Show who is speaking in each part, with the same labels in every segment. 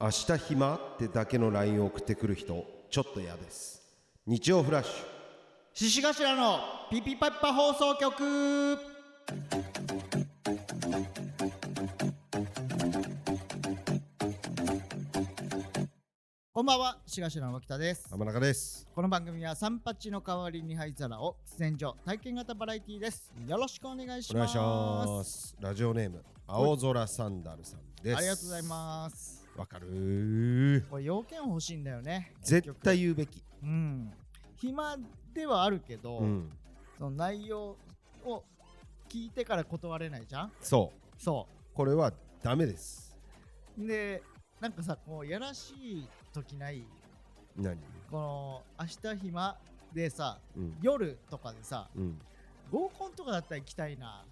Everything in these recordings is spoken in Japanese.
Speaker 1: 明日暇ってだけの LINE を送ってくる人ちょっと嫌です日曜フラッシュ
Speaker 2: 獅子頭のピピパッパ放送局こんばんは、獅子頭の脇田です。
Speaker 1: 天中です
Speaker 2: この番組は三八の代わりに灰皿を喫煙所体験型バラエティです。よろしくお願いし
Speaker 1: お願
Speaker 2: ま
Speaker 1: いし
Speaker 2: す。
Speaker 1: ますラジオネーム青空サンダルさんです
Speaker 2: ありがとうございます。
Speaker 1: すわかる
Speaker 2: これ要件欲しいんだよね。
Speaker 1: 絶対言うべき
Speaker 2: 結局。うん。暇ではあるけど、
Speaker 1: うん
Speaker 2: その内容を聞いてから断れないじゃん。
Speaker 1: そう
Speaker 2: そう。
Speaker 1: これはダメです
Speaker 2: でなんかさこうやらしい時ない
Speaker 1: 何
Speaker 2: この「明日暇」でさ
Speaker 1: うん
Speaker 2: 夜とかでさ
Speaker 1: うん
Speaker 2: 合コンとかだったら行きたいな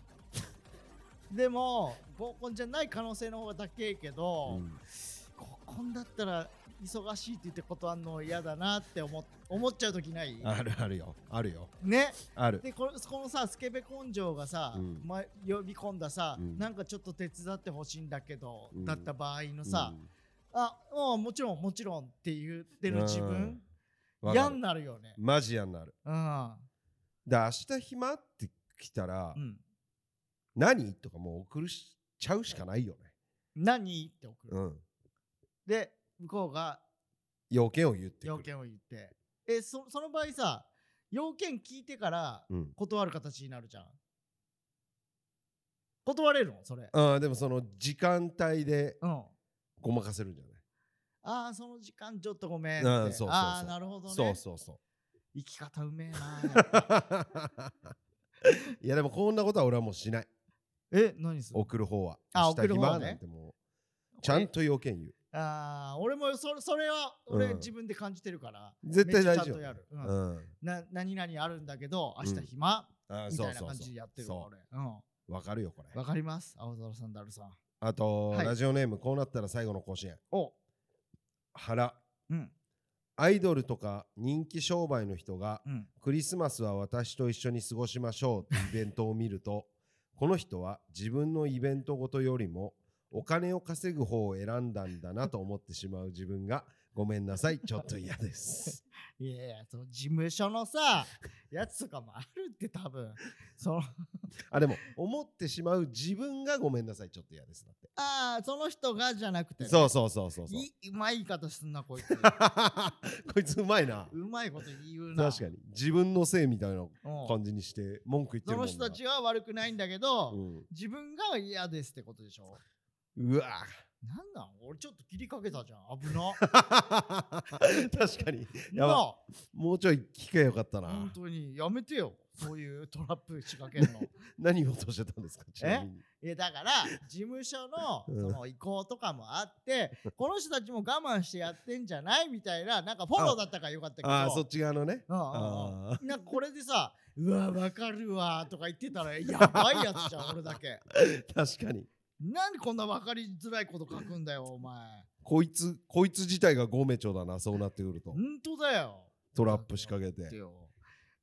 Speaker 2: でも合コンじゃない可能性の方が高いけ
Speaker 1: う
Speaker 2: ど、
Speaker 1: ん
Speaker 2: 合コンだったら忙しいって言って断るの嫌だなって思っ思っちゃう時ない
Speaker 1: あるあるよあるよ
Speaker 2: ね
Speaker 1: ある
Speaker 2: でこのこのさスケベ根性がさ、
Speaker 1: うん
Speaker 2: ま、呼び込んださ、
Speaker 1: うん
Speaker 2: なんかちょっと手伝ってほしいんだけど、
Speaker 1: うん
Speaker 2: だった場合のさ、あうんもちろんもちろんって言ってる自分
Speaker 1: うんわか
Speaker 2: 嫌
Speaker 1: る
Speaker 2: になるよね
Speaker 1: マジやんなる
Speaker 2: うん
Speaker 1: だ明日暇って来たら、
Speaker 2: うん
Speaker 1: 何とかもう送るしちゃうしかないよね
Speaker 2: 何って送る
Speaker 1: うん
Speaker 2: で向こうが
Speaker 1: 要件を言ってくる
Speaker 2: 要件を言ってえそその場合さ要件聞いてから
Speaker 1: うん
Speaker 2: 断る形になるじゃん断れるのそれ
Speaker 1: ああでもその時間帯で
Speaker 2: うん
Speaker 1: ごまかせるんじゃ
Speaker 2: ああその時間ちょっとごめんって
Speaker 1: うんそうそうそう
Speaker 2: ああなるほど
Speaker 1: な
Speaker 2: ね
Speaker 1: いそうそう そ
Speaker 2: 生き方うめえな やっぱ
Speaker 1: ういやでもこんなことは俺はもうしない
Speaker 2: え何する
Speaker 1: 送る方は
Speaker 2: あ
Speaker 1: 明日
Speaker 2: 送る方は
Speaker 1: 暇
Speaker 2: ね
Speaker 1: なんてもうちゃんと要件言う
Speaker 2: ああ俺もそれそれは俺
Speaker 1: うん
Speaker 2: 自分で感じてるから、
Speaker 1: 絶対大
Speaker 2: めっち
Speaker 1: 丈
Speaker 2: ゃちゃんと
Speaker 1: 夫
Speaker 2: やる、うん
Speaker 1: うん
Speaker 2: な何々あるんだけど
Speaker 1: うん
Speaker 2: 明日暇、
Speaker 1: ああ
Speaker 2: み
Speaker 1: そ
Speaker 2: た
Speaker 1: う
Speaker 2: いな
Speaker 1: そう
Speaker 2: 感
Speaker 1: そ
Speaker 2: じでやってるわ
Speaker 1: そ
Speaker 2: 俺うん
Speaker 1: うわかるよこれ
Speaker 2: わかります青空サンダルさん
Speaker 1: あと
Speaker 2: はい
Speaker 1: ラジオネームこうなったら最後の甲子園
Speaker 2: お
Speaker 1: 原
Speaker 2: うん
Speaker 1: アイドルとか人気商売の人が
Speaker 2: うん
Speaker 1: クリスマスは私と一緒に過ごしましょうってイベントを見ると この人は自分のイベントごとよりもお金を稼ぐ方を選んだんだなと思ってしまう 自分がごめんなさいちょっと嫌です。
Speaker 2: いやいやその事務所のさ やつとかもあるって多分その
Speaker 1: あでも思ってしまう自分がごめんなさいちょっと嫌ですだって。
Speaker 2: ああその人がじゃなくてね、
Speaker 1: そうそうそうそうそう。
Speaker 2: いいうまい言い方すんなこいつ
Speaker 1: こいつうまいな。
Speaker 2: うまいこと言うな
Speaker 1: 確かに自分のせいみたいな
Speaker 2: うん
Speaker 1: 感じにして文句言って
Speaker 2: そ
Speaker 1: るもん
Speaker 2: の
Speaker 1: な
Speaker 2: 人たちは悪くないんだけど、
Speaker 1: うん
Speaker 2: 自分が嫌ですってことでしょ
Speaker 1: うわ
Speaker 2: なんなん俺ちょっと切りかけたじゃん危な
Speaker 1: 確かに やば
Speaker 2: なあ
Speaker 1: もうちょい聞けばよかったな。
Speaker 2: 本当にやめてよそういうトラップ仕掛けるの
Speaker 1: 何言おうとしてたんですか ちなみに
Speaker 2: いやだから事務所の
Speaker 1: うん
Speaker 2: その意向とかもあってこの人たちも我慢してやってんじゃないみたいななんかフォローだったからよかったけど
Speaker 1: ああそっち側のね
Speaker 2: うんうん
Speaker 1: あ
Speaker 2: うんなんかこれでさ「うわわかるわ」とか言ってたらやばいやつじゃん俺だけ
Speaker 1: ー 確かに
Speaker 2: なんでこんな分かりづらいこと書くんだよお前
Speaker 1: こいつこいつ自体がゴメチョだなそうなってくると
Speaker 2: 本当だよ
Speaker 1: トラップ仕掛け
Speaker 2: って
Speaker 1: て
Speaker 2: よ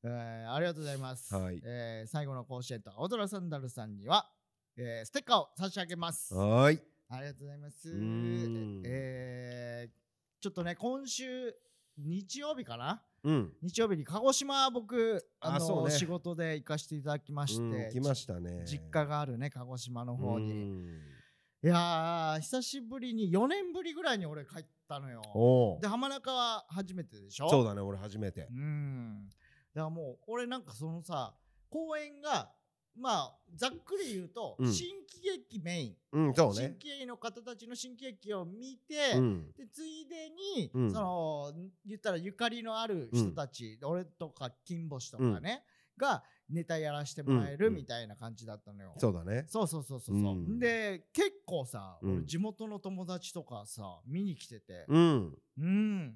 Speaker 2: えーありがとうございます、
Speaker 1: はい
Speaker 2: えー最後の甲子園と青空サンダルさんには、えーステッカーを差し上げます
Speaker 1: はーい
Speaker 2: ありがとうございます
Speaker 1: うーん。
Speaker 2: えーちょっとね、今週、日曜日かな
Speaker 1: うん
Speaker 2: 日曜日に鹿児島、僕、
Speaker 1: あ
Speaker 2: あ
Speaker 1: そ
Speaker 2: の
Speaker 1: うね
Speaker 2: 仕事で行かせていただきまして、
Speaker 1: うん来ましたね
Speaker 2: じ実家があるね、鹿児島の方
Speaker 1: う
Speaker 2: に。
Speaker 1: ん
Speaker 2: いやー、久しぶりに、4年ぶりぐらいに俺帰ったのよ。
Speaker 1: おお
Speaker 2: で、浜中は初めてでしょ
Speaker 1: そう
Speaker 2: う
Speaker 1: だね俺初めて
Speaker 2: うん。だからもう、俺なんかそのさ、公演が、まあ、ざっくり言うと、
Speaker 1: うん
Speaker 2: 新喜劇メイン。
Speaker 1: うんそう
Speaker 2: 新
Speaker 1: ね
Speaker 2: 喜劇の方たちの新喜劇を見て、
Speaker 1: うん
Speaker 2: でついでに、
Speaker 1: うん
Speaker 2: その言ったらゆかりのある人たち、俺とか金星とかね、がネタやらしてもらえ
Speaker 1: う
Speaker 2: る
Speaker 1: ん
Speaker 2: みたいな感じだったのよ。
Speaker 1: そうだね
Speaker 2: そうそうそうそうそ
Speaker 1: う
Speaker 2: う、
Speaker 1: ん
Speaker 2: で結構さ、
Speaker 1: うん
Speaker 2: 俺地元の友達とかさ見に来てて
Speaker 1: うん
Speaker 2: うん、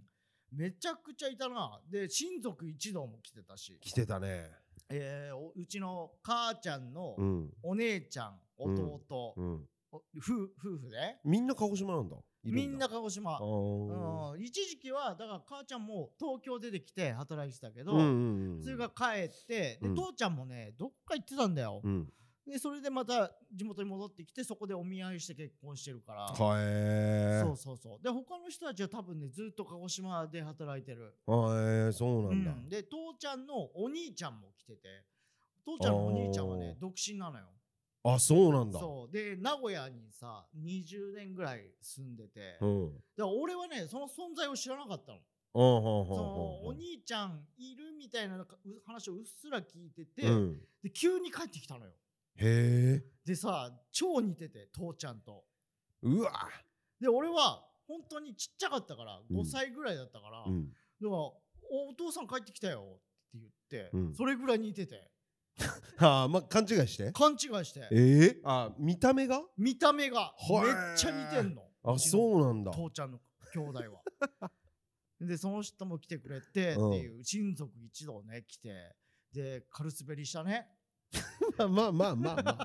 Speaker 2: めちゃくちゃいたなで親族一同も来てたし、
Speaker 1: 来てたね
Speaker 2: えーおうちの母ちゃんの
Speaker 1: うん
Speaker 2: お姉ちゃん、
Speaker 1: うん
Speaker 2: 弟、
Speaker 1: うん
Speaker 2: お夫夫婦で
Speaker 1: みんな鹿児島なんだいるだ
Speaker 2: みんな鹿児島
Speaker 1: あー
Speaker 2: うん、一時期はだから母ちゃんも東京出てきて働いてたけど、
Speaker 1: うんうんうん
Speaker 2: それが帰ってで、
Speaker 1: うん
Speaker 2: 父ちゃんもねどっか行ってたんだよ、
Speaker 1: うん
Speaker 2: でそれでまた地元に戻ってきてそこでお見合いして結婚してるから、
Speaker 1: はえ
Speaker 2: そうそうそうで他の人たちは多分ねずっと鹿児島で働いてる、
Speaker 1: はえそうなんだ、
Speaker 2: うんで父ちゃんのお兄ちゃんも来てて父ちゃんのお兄ちゃんはね
Speaker 1: あー
Speaker 2: 独身なのよ
Speaker 1: あそうなんだ
Speaker 2: そうで名古屋にさ20年ぐらい住んでて、
Speaker 1: う
Speaker 2: だか
Speaker 1: んうん
Speaker 2: ら俺はねその存在を知らなかったの
Speaker 1: うんうんう
Speaker 2: そ
Speaker 1: ん
Speaker 2: の
Speaker 1: う
Speaker 2: お
Speaker 1: ん
Speaker 2: 兄ちゃんいるみたいななんかう話をうっすら聞いてて、
Speaker 1: うん
Speaker 2: で急に帰ってきたのよ
Speaker 1: へえ
Speaker 2: でさ超似てて父ちゃんと
Speaker 1: うわ
Speaker 2: で俺は本当にちっちゃかったから
Speaker 1: うん
Speaker 2: 5歳ぐらいだったから、だか
Speaker 1: ん
Speaker 2: らおお父さん帰ってきたよって言って、
Speaker 1: うん
Speaker 2: それぐらい似てて
Speaker 1: はあまあ勘違いして
Speaker 2: 勘違いして
Speaker 1: ええあ見た目が
Speaker 2: 見た目がめ
Speaker 1: へ
Speaker 2: っ
Speaker 1: ー
Speaker 2: ちゃ似てんの
Speaker 1: あ
Speaker 2: うちの
Speaker 1: そうなんだ
Speaker 2: 父ちゃんの兄弟は でその人も来てくれてって
Speaker 1: うん
Speaker 2: いう親族一同ね来てで軽滑りしたね
Speaker 1: まあまあまあ まあま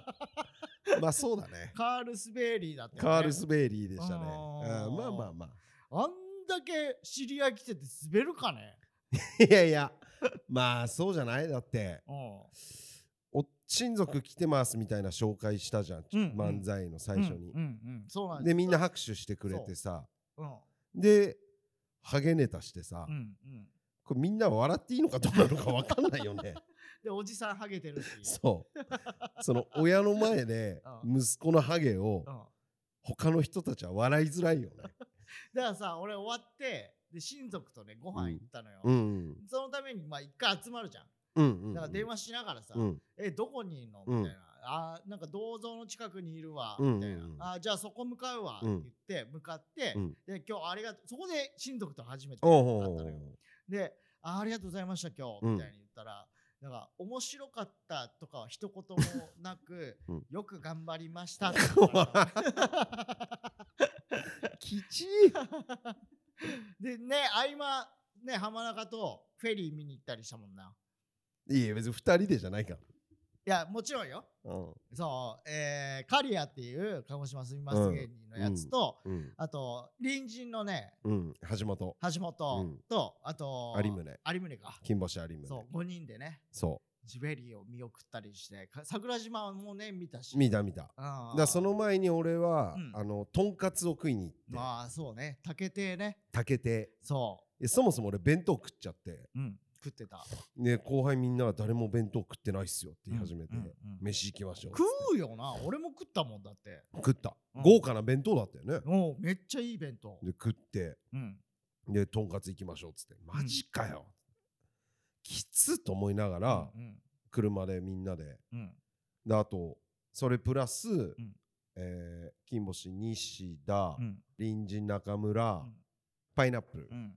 Speaker 1: あまあそうだね
Speaker 2: カールスベリーだったよね
Speaker 1: カールスベリーでしたね
Speaker 2: あー
Speaker 1: うんまあまあまあ
Speaker 2: あんだけ知り合い来てて滑るかね
Speaker 1: いやいやまあそうじゃないだって
Speaker 2: うん
Speaker 1: お親族来てますみたいな紹介したじゃん、
Speaker 2: うんうん
Speaker 1: 漫才の最初に
Speaker 2: うん、うんうんそうなん
Speaker 1: でみんな拍手してくれてさ
Speaker 2: うん
Speaker 1: でハゲネタしてさ、
Speaker 2: うんうん
Speaker 1: これみんな笑っていいのかどうなのか分かんないよ ね
Speaker 2: でおじさんハゲてるっていう
Speaker 1: そうその親の前で
Speaker 2: う
Speaker 1: 息子のハゲを
Speaker 2: うん
Speaker 1: 他の人たちは笑いづらいよね
Speaker 2: だからさ俺終わってで親族とねご飯行ったのよ、
Speaker 1: うん
Speaker 2: そのためにまあ一回集まるじゃん
Speaker 1: うんうんうん
Speaker 2: だから電話しながらさ、
Speaker 1: うん
Speaker 2: えどこにいんのみ
Speaker 1: うん
Speaker 2: たいな、あーなんか銅像の近くにいるわ
Speaker 1: うん
Speaker 2: みたいな、
Speaker 1: うんうん
Speaker 2: あーじゃあそこ向かうわって
Speaker 1: う
Speaker 2: 言
Speaker 1: ん
Speaker 2: って向かって、
Speaker 1: うん
Speaker 2: で今日ありがとうそこで親族と初めて会
Speaker 1: おう
Speaker 2: った
Speaker 1: おうお
Speaker 2: の
Speaker 1: う
Speaker 2: よ であーありがとうございました今日
Speaker 1: うん
Speaker 2: みたいに言ったら、なんか面白かったとかは一言もなく、
Speaker 1: うん
Speaker 2: よく頑張りましたって言った から
Speaker 1: きちい
Speaker 2: でね合間ね浜中とフェリー見に行ったりしたもんない
Speaker 1: や別に二人でじゃないから
Speaker 2: いやもちろんよ
Speaker 1: うん
Speaker 2: そう、えー、カリアっていう鹿児島住みます芸人のやつと、
Speaker 1: うん
Speaker 2: あと隣人のね
Speaker 1: うん橋本
Speaker 2: 橋本と、あと
Speaker 1: 有宗
Speaker 2: 有宗か
Speaker 1: 金星有宗
Speaker 2: そう5人でね
Speaker 1: そう
Speaker 2: ジュエリーを見送ったりしてか桜島もね見たし
Speaker 1: 見た見ただか
Speaker 2: あー
Speaker 1: らその前に俺は、
Speaker 2: うん
Speaker 1: あのとんかつを食いに行って
Speaker 2: まあそうね竹亭ね
Speaker 1: 炊けて
Speaker 2: そ
Speaker 1: えそもそも俺弁当食っちゃって
Speaker 2: う、うん、食ってた
Speaker 1: で後輩みんなが誰も弁当食ってないっすよって言い始めて、
Speaker 2: うんうんうん
Speaker 1: 飯行きましょうっつ
Speaker 2: 食
Speaker 1: っ
Speaker 2: うよな俺も食ったもんだって
Speaker 1: て食った、
Speaker 2: うん
Speaker 1: 豪華な弁当だったよね、
Speaker 2: もうめっちゃいい弁当
Speaker 1: で食って
Speaker 2: うん
Speaker 1: でとんかつ行きましょうっつってマジかよ、きつと思いながら、
Speaker 2: うん
Speaker 1: 車でみんなで
Speaker 2: うんうん
Speaker 1: であとそれプラス、
Speaker 2: ん
Speaker 1: えー金星西田、
Speaker 2: うん
Speaker 1: 隣人中村、
Speaker 2: うん
Speaker 1: パイナップル
Speaker 2: うん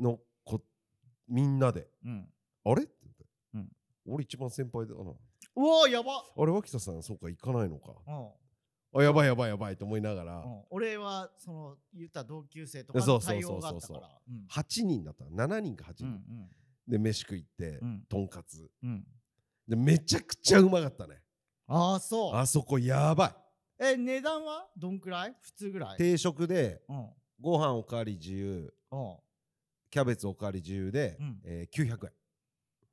Speaker 1: の子みんなで
Speaker 2: うんうん
Speaker 1: あれって言って、
Speaker 2: うん
Speaker 1: 俺一番先輩だな
Speaker 2: うわーやば
Speaker 1: あれ脇田さんそうか行かないのか
Speaker 2: うん
Speaker 1: あやばいやばいやばいと思いながら、
Speaker 2: うん、俺はその言った同級生とか
Speaker 1: そ
Speaker 2: の
Speaker 1: うそう
Speaker 2: 対
Speaker 1: そ
Speaker 2: 応
Speaker 1: う
Speaker 2: があ
Speaker 1: そ
Speaker 2: っ
Speaker 1: う
Speaker 2: た
Speaker 1: そう
Speaker 2: からうん
Speaker 1: 8人だったの7人か8
Speaker 2: う
Speaker 1: 人、
Speaker 2: ん
Speaker 1: で飯食いって、
Speaker 2: うん
Speaker 1: とんかつ
Speaker 2: うん
Speaker 1: でめちゃくちゃうまかったね
Speaker 2: ああそう
Speaker 1: あそこやば
Speaker 2: え値段はどんくらい普通ぐら
Speaker 1: い
Speaker 2: い
Speaker 1: 定食で
Speaker 2: うんうん
Speaker 1: ご飯おかわり自由
Speaker 2: お
Speaker 1: キャベツおかわり自由で、
Speaker 2: うん
Speaker 1: えー900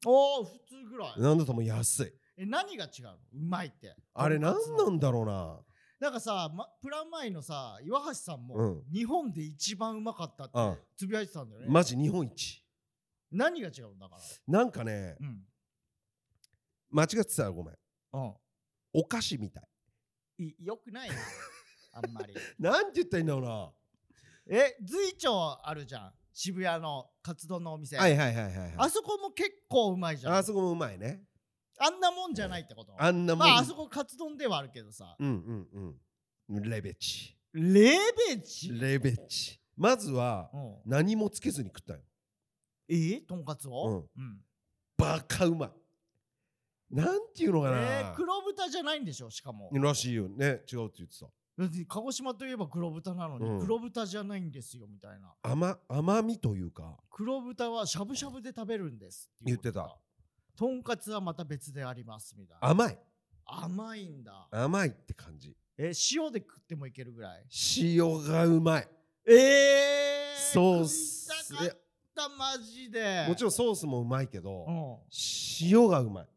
Speaker 2: お普通ぐらい
Speaker 1: 円なんだとも安い
Speaker 2: え何が違うのうまいって
Speaker 1: あれ
Speaker 2: と
Speaker 1: なん
Speaker 2: かつ
Speaker 1: ん
Speaker 2: の
Speaker 1: なんだろうな
Speaker 2: なんかさ、ま、プラマイのさ岩橋さん
Speaker 1: う
Speaker 2: も日本で一番うまかったって
Speaker 1: あ
Speaker 2: つぶやいてたんだよね、
Speaker 1: マジ日本一
Speaker 2: 何が違うんだから
Speaker 1: なんかね
Speaker 2: うん
Speaker 1: 間違ってたらごめん
Speaker 2: うん
Speaker 1: お菓子みたい
Speaker 2: いよくないなあんまり
Speaker 1: なんて言ったらいいんだろうな
Speaker 2: え随町あるじゃん渋谷のカツ丼のお店
Speaker 1: はいはいはいはいはい
Speaker 2: あそこも結構うまいじゃん。
Speaker 1: あそこもうまいね
Speaker 2: あんなもんじゃないってこと。
Speaker 1: あんなもん
Speaker 2: まあ、あそこカツ丼ではあるけどさ。
Speaker 1: うんうんうんレベチ
Speaker 2: レベチ
Speaker 1: レベチまずは
Speaker 2: うん
Speaker 1: 何もつけずに食ったよ
Speaker 2: えー、とんかつを、うん
Speaker 1: バカうまいなんていうのかな、
Speaker 2: えー黒豚じゃないんでしょ、しかも。
Speaker 1: らしいよね違うって言ってた
Speaker 2: だって鹿児島といえば黒豚なのに、
Speaker 1: うん
Speaker 2: 黒豚じゃないんですよ、みたいな。
Speaker 1: 甘甘みというか
Speaker 2: 黒豚はしゃぶしゃぶで食べるんですっていうこと
Speaker 1: 言って
Speaker 2: か。とんかつはまた別であります、みたいな。
Speaker 1: 甘い
Speaker 2: 甘いんだ。
Speaker 1: 甘いって感じ
Speaker 2: えー塩で食ってもいけるぐらい。
Speaker 1: 塩がうまい
Speaker 2: えー、
Speaker 1: ソース
Speaker 2: 食いたかった、マジで。
Speaker 1: もちろ
Speaker 2: ろ
Speaker 1: んソースもうまいけど、
Speaker 2: ん。うん
Speaker 1: 塩がうまい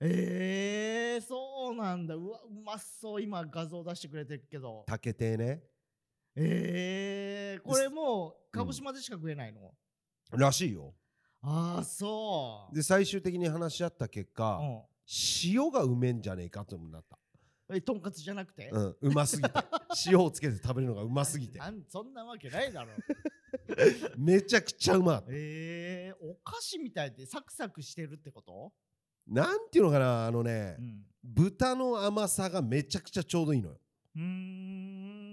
Speaker 2: ええそうなんだ。うわ、うまそう。今画像出してくれてるけど。
Speaker 1: 竹亭ね
Speaker 2: ええこれもう、
Speaker 1: うん
Speaker 2: 鹿児島でしか食えないの、
Speaker 1: らしいよ
Speaker 2: ああ、そう。
Speaker 1: で最終的に話し合った結果、
Speaker 2: う
Speaker 1: 塩がうめえんじゃねえかともなった
Speaker 2: ん。え、とんかつじゃなくて、
Speaker 1: うんうますぎ て塩をつけて食べるのがうますぎて
Speaker 2: なんそんなわけないだろう。
Speaker 1: めちゃくちゃうまかった
Speaker 2: ええお菓子みたいでサクサクしてるってこと
Speaker 1: なんていうのかなあのね、
Speaker 2: うん。
Speaker 1: 豚の甘さがめちゃくちゃちょうどいいのよ
Speaker 2: うーん。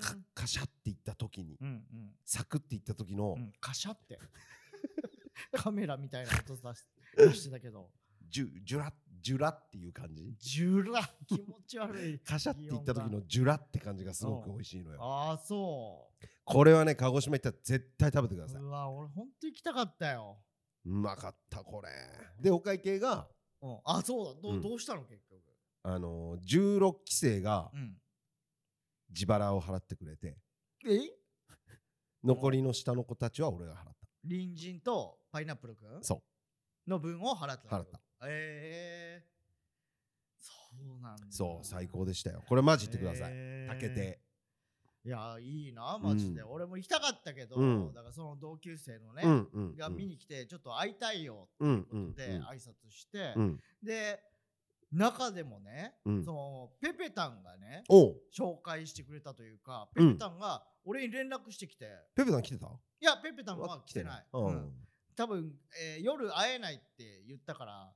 Speaker 1: カカシャっていった時に
Speaker 2: うんうん。
Speaker 1: サクっていった時の
Speaker 2: うん、カシャって。カメラみたいな音出し出してたけど。
Speaker 1: ジュジュラジュラっていう感じ
Speaker 2: ジュラ気持ち悪 い。
Speaker 1: カシャっていった時のジュラって感じがすごく美味しいのよ
Speaker 2: ああ、そ。
Speaker 1: これはね鹿児島行ったら絶対食べてくださいう
Speaker 2: うわ、俺ほんと行きたかったよ。
Speaker 1: うまかったこれでお会計が
Speaker 2: うん、あ、そうだ。ど,、
Speaker 1: う
Speaker 2: うんどうしたの結局。
Speaker 1: あのー、16期生が
Speaker 2: うん。
Speaker 1: 自腹を払ってくれて
Speaker 2: え
Speaker 1: 残りの下の子たちは俺が払っ
Speaker 2: 隣人とパイナップルくん
Speaker 1: たそ
Speaker 2: の分を払ったの
Speaker 1: 払った。
Speaker 2: ええそうなんだ。
Speaker 1: うそう最高でしたよこれマジ行ってください
Speaker 2: えー
Speaker 1: 竹亭
Speaker 2: いや、いいな、マジで。
Speaker 1: う
Speaker 2: 俺も行きたかったけど、
Speaker 1: うん
Speaker 2: だからその同級生のね、
Speaker 1: うんうん
Speaker 2: が見に来て、ちょっと会いたいよ
Speaker 1: うんうんう
Speaker 2: っ
Speaker 1: ん
Speaker 2: て挨拶して、
Speaker 1: うん
Speaker 2: で、中でもね、
Speaker 1: うん
Speaker 2: そのペペタンがね、
Speaker 1: おう
Speaker 2: 紹介してくれたというか、
Speaker 1: う
Speaker 2: ペ
Speaker 1: ん
Speaker 2: ペタンが俺に連絡してきて、
Speaker 1: ペペさん来てた
Speaker 2: いや、ペペタンは来てない。
Speaker 1: うん
Speaker 2: うん多分、えー夜会えないって言ったから、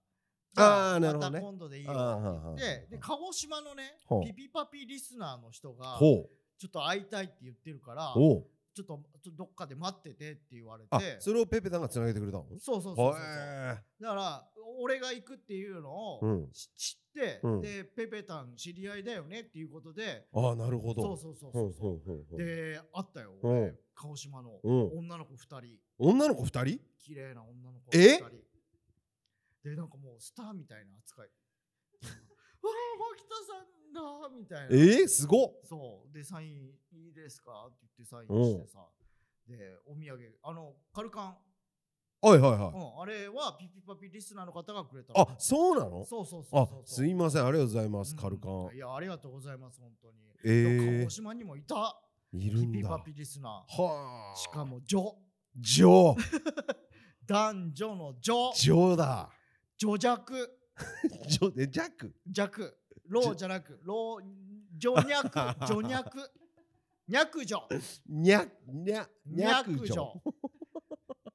Speaker 1: あー
Speaker 2: じ
Speaker 1: な
Speaker 2: ゃ
Speaker 1: るほどね
Speaker 2: また今度でいいよ
Speaker 1: あーはーは
Speaker 2: っ
Speaker 1: ー
Speaker 2: て言って、で、鹿児島のね
Speaker 1: ほう、
Speaker 2: ピピパピリスナーの人が、ちょ
Speaker 1: ほう
Speaker 2: っと会いたいって言ってるから、ちょ
Speaker 1: おう
Speaker 2: っとちょどっかで待っててって言われ
Speaker 1: あ
Speaker 2: て、
Speaker 1: それをペペさんがつなげてくれたの
Speaker 2: そうそうそうそう
Speaker 1: ほ
Speaker 2: そう。
Speaker 1: え
Speaker 2: だから、俺が行くっていうのを、
Speaker 1: うん
Speaker 2: し知って、
Speaker 1: うん
Speaker 2: で、ペペタン知り合いだよねっていうことで、
Speaker 1: ああなるほど
Speaker 2: そうそうそう
Speaker 1: ほ
Speaker 2: そう
Speaker 1: ほ
Speaker 2: う
Speaker 1: うほうほう
Speaker 2: で、あったよ、
Speaker 1: うん
Speaker 2: 俺鹿児島の
Speaker 1: うん
Speaker 2: 女の子2人、
Speaker 1: 女の子二人
Speaker 2: 綺麗な女の子
Speaker 1: え
Speaker 2: 2人。で、なんかもうスターみたいな扱い。 わあ、牧田さんだみたいな。
Speaker 1: えー、すごっ
Speaker 2: そう。で、サインいいですかって言ってサイン
Speaker 1: うん
Speaker 2: してさ。で、お土産、あの、カルカン、
Speaker 1: はいはいは
Speaker 2: う
Speaker 1: い
Speaker 2: ん、あれはピピパピリスナーの方がくれたの
Speaker 1: あそうなの
Speaker 2: そうそうそうそう
Speaker 1: あすいませんありがとうございますカルカン
Speaker 2: うんいや、ありがとうございます、本当に。
Speaker 1: え
Speaker 2: 鹿児島にもいた、
Speaker 1: えいる
Speaker 2: ピ
Speaker 1: ん
Speaker 2: ピパ
Speaker 1: だ
Speaker 2: ピリスナ
Speaker 1: はあ
Speaker 2: ー。しかも、女、
Speaker 1: 情
Speaker 2: 男女の女、
Speaker 1: 情だ
Speaker 2: 女弱、
Speaker 1: 情でジャック
Speaker 2: 弱、老じゃなく、老、女 弱、女弱、弱女、
Speaker 1: にゃにゃにゃく
Speaker 2: 弱
Speaker 1: 女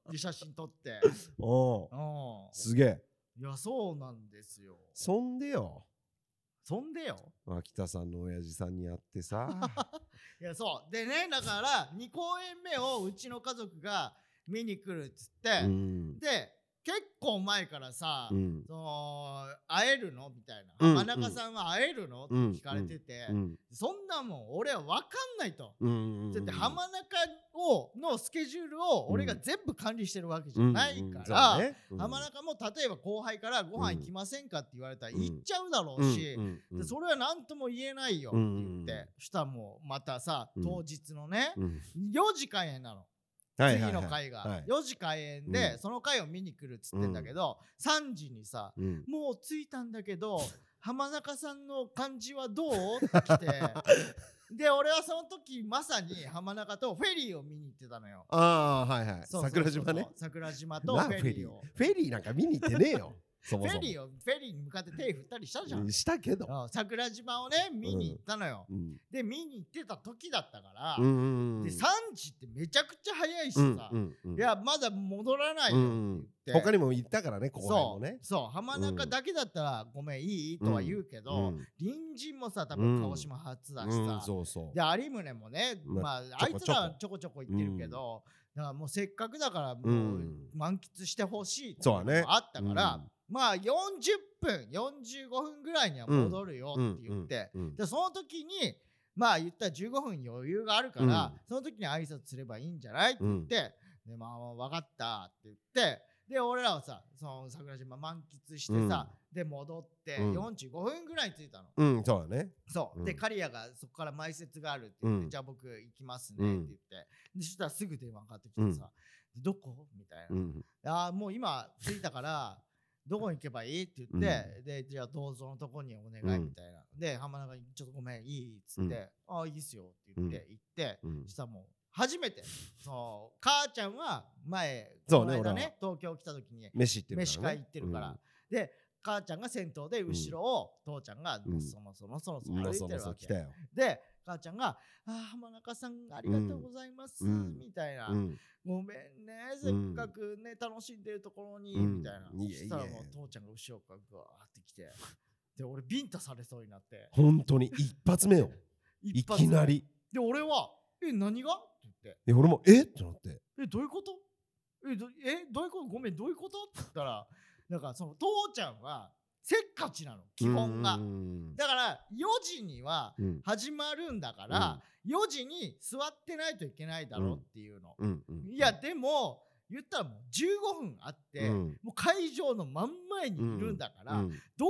Speaker 2: 女。で、写真 撮って。
Speaker 1: おう
Speaker 2: うん
Speaker 1: すげえ
Speaker 2: いや、そうなんですよ。
Speaker 1: そんでよ
Speaker 2: そんでよ。
Speaker 1: 秋田さんの親父さんに会って さ
Speaker 2: いや、そう。でね、だから、2公演目をうちの家族が見に来るっつって、
Speaker 1: うん
Speaker 2: で結構前からさ、
Speaker 1: うん
Speaker 2: その会えるのみたいな
Speaker 1: うん
Speaker 2: 真中さんは会えるの、
Speaker 1: うん
Speaker 2: って聞かれてて、
Speaker 1: うん
Speaker 2: そんなもん俺は分かんないと。
Speaker 1: うん
Speaker 2: だって浜中をのスケジュールを俺が全部管理してるわけじゃないから、浜中も例えば後輩からご飯行きませんかって言われたら
Speaker 1: うん
Speaker 2: 行っちゃうだろうし、でそれは何とも言えないよって言って、
Speaker 1: うん
Speaker 2: したらもうまたさ
Speaker 1: うん
Speaker 2: 当日のね、
Speaker 1: うん
Speaker 2: 4時開演なの。次の回が4時開演
Speaker 1: う
Speaker 2: で
Speaker 1: ん
Speaker 2: その回を見に来るっつってんだけど3時にさ「もう着いたんだ けど浜中さんの感じはどう?」って来 てで俺はその時まさに浜中とフェリーを見に行ってたのよ。
Speaker 1: ああはいはい
Speaker 2: そうそうそう
Speaker 1: 桜島ね
Speaker 2: 桜島と
Speaker 1: な
Speaker 2: フ
Speaker 1: フ
Speaker 2: ェ
Speaker 1: ェ
Speaker 2: リ
Speaker 1: リー
Speaker 2: ーを。
Speaker 1: フェリーなんか見に行ってねえ よそ
Speaker 2: フ
Speaker 1: もそ
Speaker 2: ェ
Speaker 1: も
Speaker 2: リーをフェリーに向かって手振ったりしたじゃん。
Speaker 1: したけど
Speaker 2: うん桜島をね見に行ったのよ。
Speaker 1: うん
Speaker 2: で見に行ってた時だったから、
Speaker 1: うんうんうん
Speaker 2: で3時ってめちゃくちゃ早いし
Speaker 1: う
Speaker 2: さ、
Speaker 1: んうんうん
Speaker 2: いやまだ戻らないよって言って。
Speaker 1: 他にも行ったからね後輩もね
Speaker 2: そうそう浜中だけだったらごめんいいとは言うけど、
Speaker 1: うん
Speaker 2: 隣人もさ多分鹿児島初だしさ、
Speaker 1: うんそうそう
Speaker 2: で有宗もね、まあ、
Speaker 1: ちょ
Speaker 2: あ
Speaker 1: こちょ
Speaker 2: いつ
Speaker 1: こ
Speaker 2: らはちょこちょこ行ってるけど、だからもうせっかくだからもう
Speaker 1: うん
Speaker 2: 満喫してほしいってい
Speaker 1: そうだ
Speaker 2: のも
Speaker 1: ね
Speaker 2: あったから、
Speaker 1: うん
Speaker 2: まあ40分45分ぐらいには戻るよって言って、
Speaker 1: うんうん
Speaker 2: でその時にまあ言ったら15分余裕があるから、
Speaker 1: うん
Speaker 2: その時に挨拶すればいいんじゃないって
Speaker 1: うん
Speaker 2: 言って、でまあまあ分かったって言ってで俺らはさその桜島満喫してさ、で戻って
Speaker 1: うん
Speaker 2: 45分ぐらいに着いたの、
Speaker 1: うんそうだね
Speaker 2: そう、
Speaker 1: う
Speaker 2: で
Speaker 1: ん
Speaker 2: 刈谷がそこから埋設があるって言って、
Speaker 1: うん
Speaker 2: じゃあ僕行きますねって言って、でそしたらすぐ電話かかってきてさ、どこみたいな、
Speaker 1: うん
Speaker 2: ああもう今着いたからどこに行けばいいって言って、でじゃあどうぞのとこにお願いみたいな、で浜中に「ちょっとごめんいい」っつって「ああいいっすよ」って言って、行って
Speaker 1: うん
Speaker 2: したらもう初めてそう母ちゃんは前
Speaker 1: そう
Speaker 2: この
Speaker 1: ね
Speaker 2: 間
Speaker 1: 俺
Speaker 2: ね東京来た時に
Speaker 1: 飯行ってるから、ね、
Speaker 2: 飯会行ってるから、で母ちゃんが先頭で後ろを、父ちゃんが
Speaker 1: うん
Speaker 2: そのそのそのそ
Speaker 1: うん、
Speaker 2: の
Speaker 1: もう
Speaker 2: 歩
Speaker 1: そ
Speaker 2: いて
Speaker 1: も
Speaker 2: る
Speaker 1: そ
Speaker 2: わ
Speaker 1: 来た
Speaker 2: け
Speaker 1: よ、
Speaker 2: で母ちゃんが「あー浜中さんありがとうございます」
Speaker 1: うん
Speaker 2: みたいな、
Speaker 1: うん、
Speaker 2: ごめんねせっかくね、楽しんでるところに、
Speaker 1: うん
Speaker 2: みたいな、
Speaker 1: いえいえ
Speaker 2: そしたらもう父ちゃんが後ろからぐわーってきてで俺ビンタされそうになって
Speaker 1: 本当に一発目よい
Speaker 2: 一発
Speaker 1: きなり
Speaker 2: で俺は「え何が?」って言って
Speaker 1: で俺もえってなって
Speaker 2: えどういうことえどえどういうことごめんどういうことって言ったらなんかその父ちゃんはせっかちなの基本が
Speaker 1: うん
Speaker 2: だから4時には
Speaker 1: うん
Speaker 2: 始まるんだから、4時に座ってないといけないだろうっていうの、
Speaker 1: うんうん
Speaker 2: いやでも言ったらもう15分あって、
Speaker 1: うん
Speaker 2: もう会場の真ん前にいるんだから、
Speaker 1: うん
Speaker 2: どう考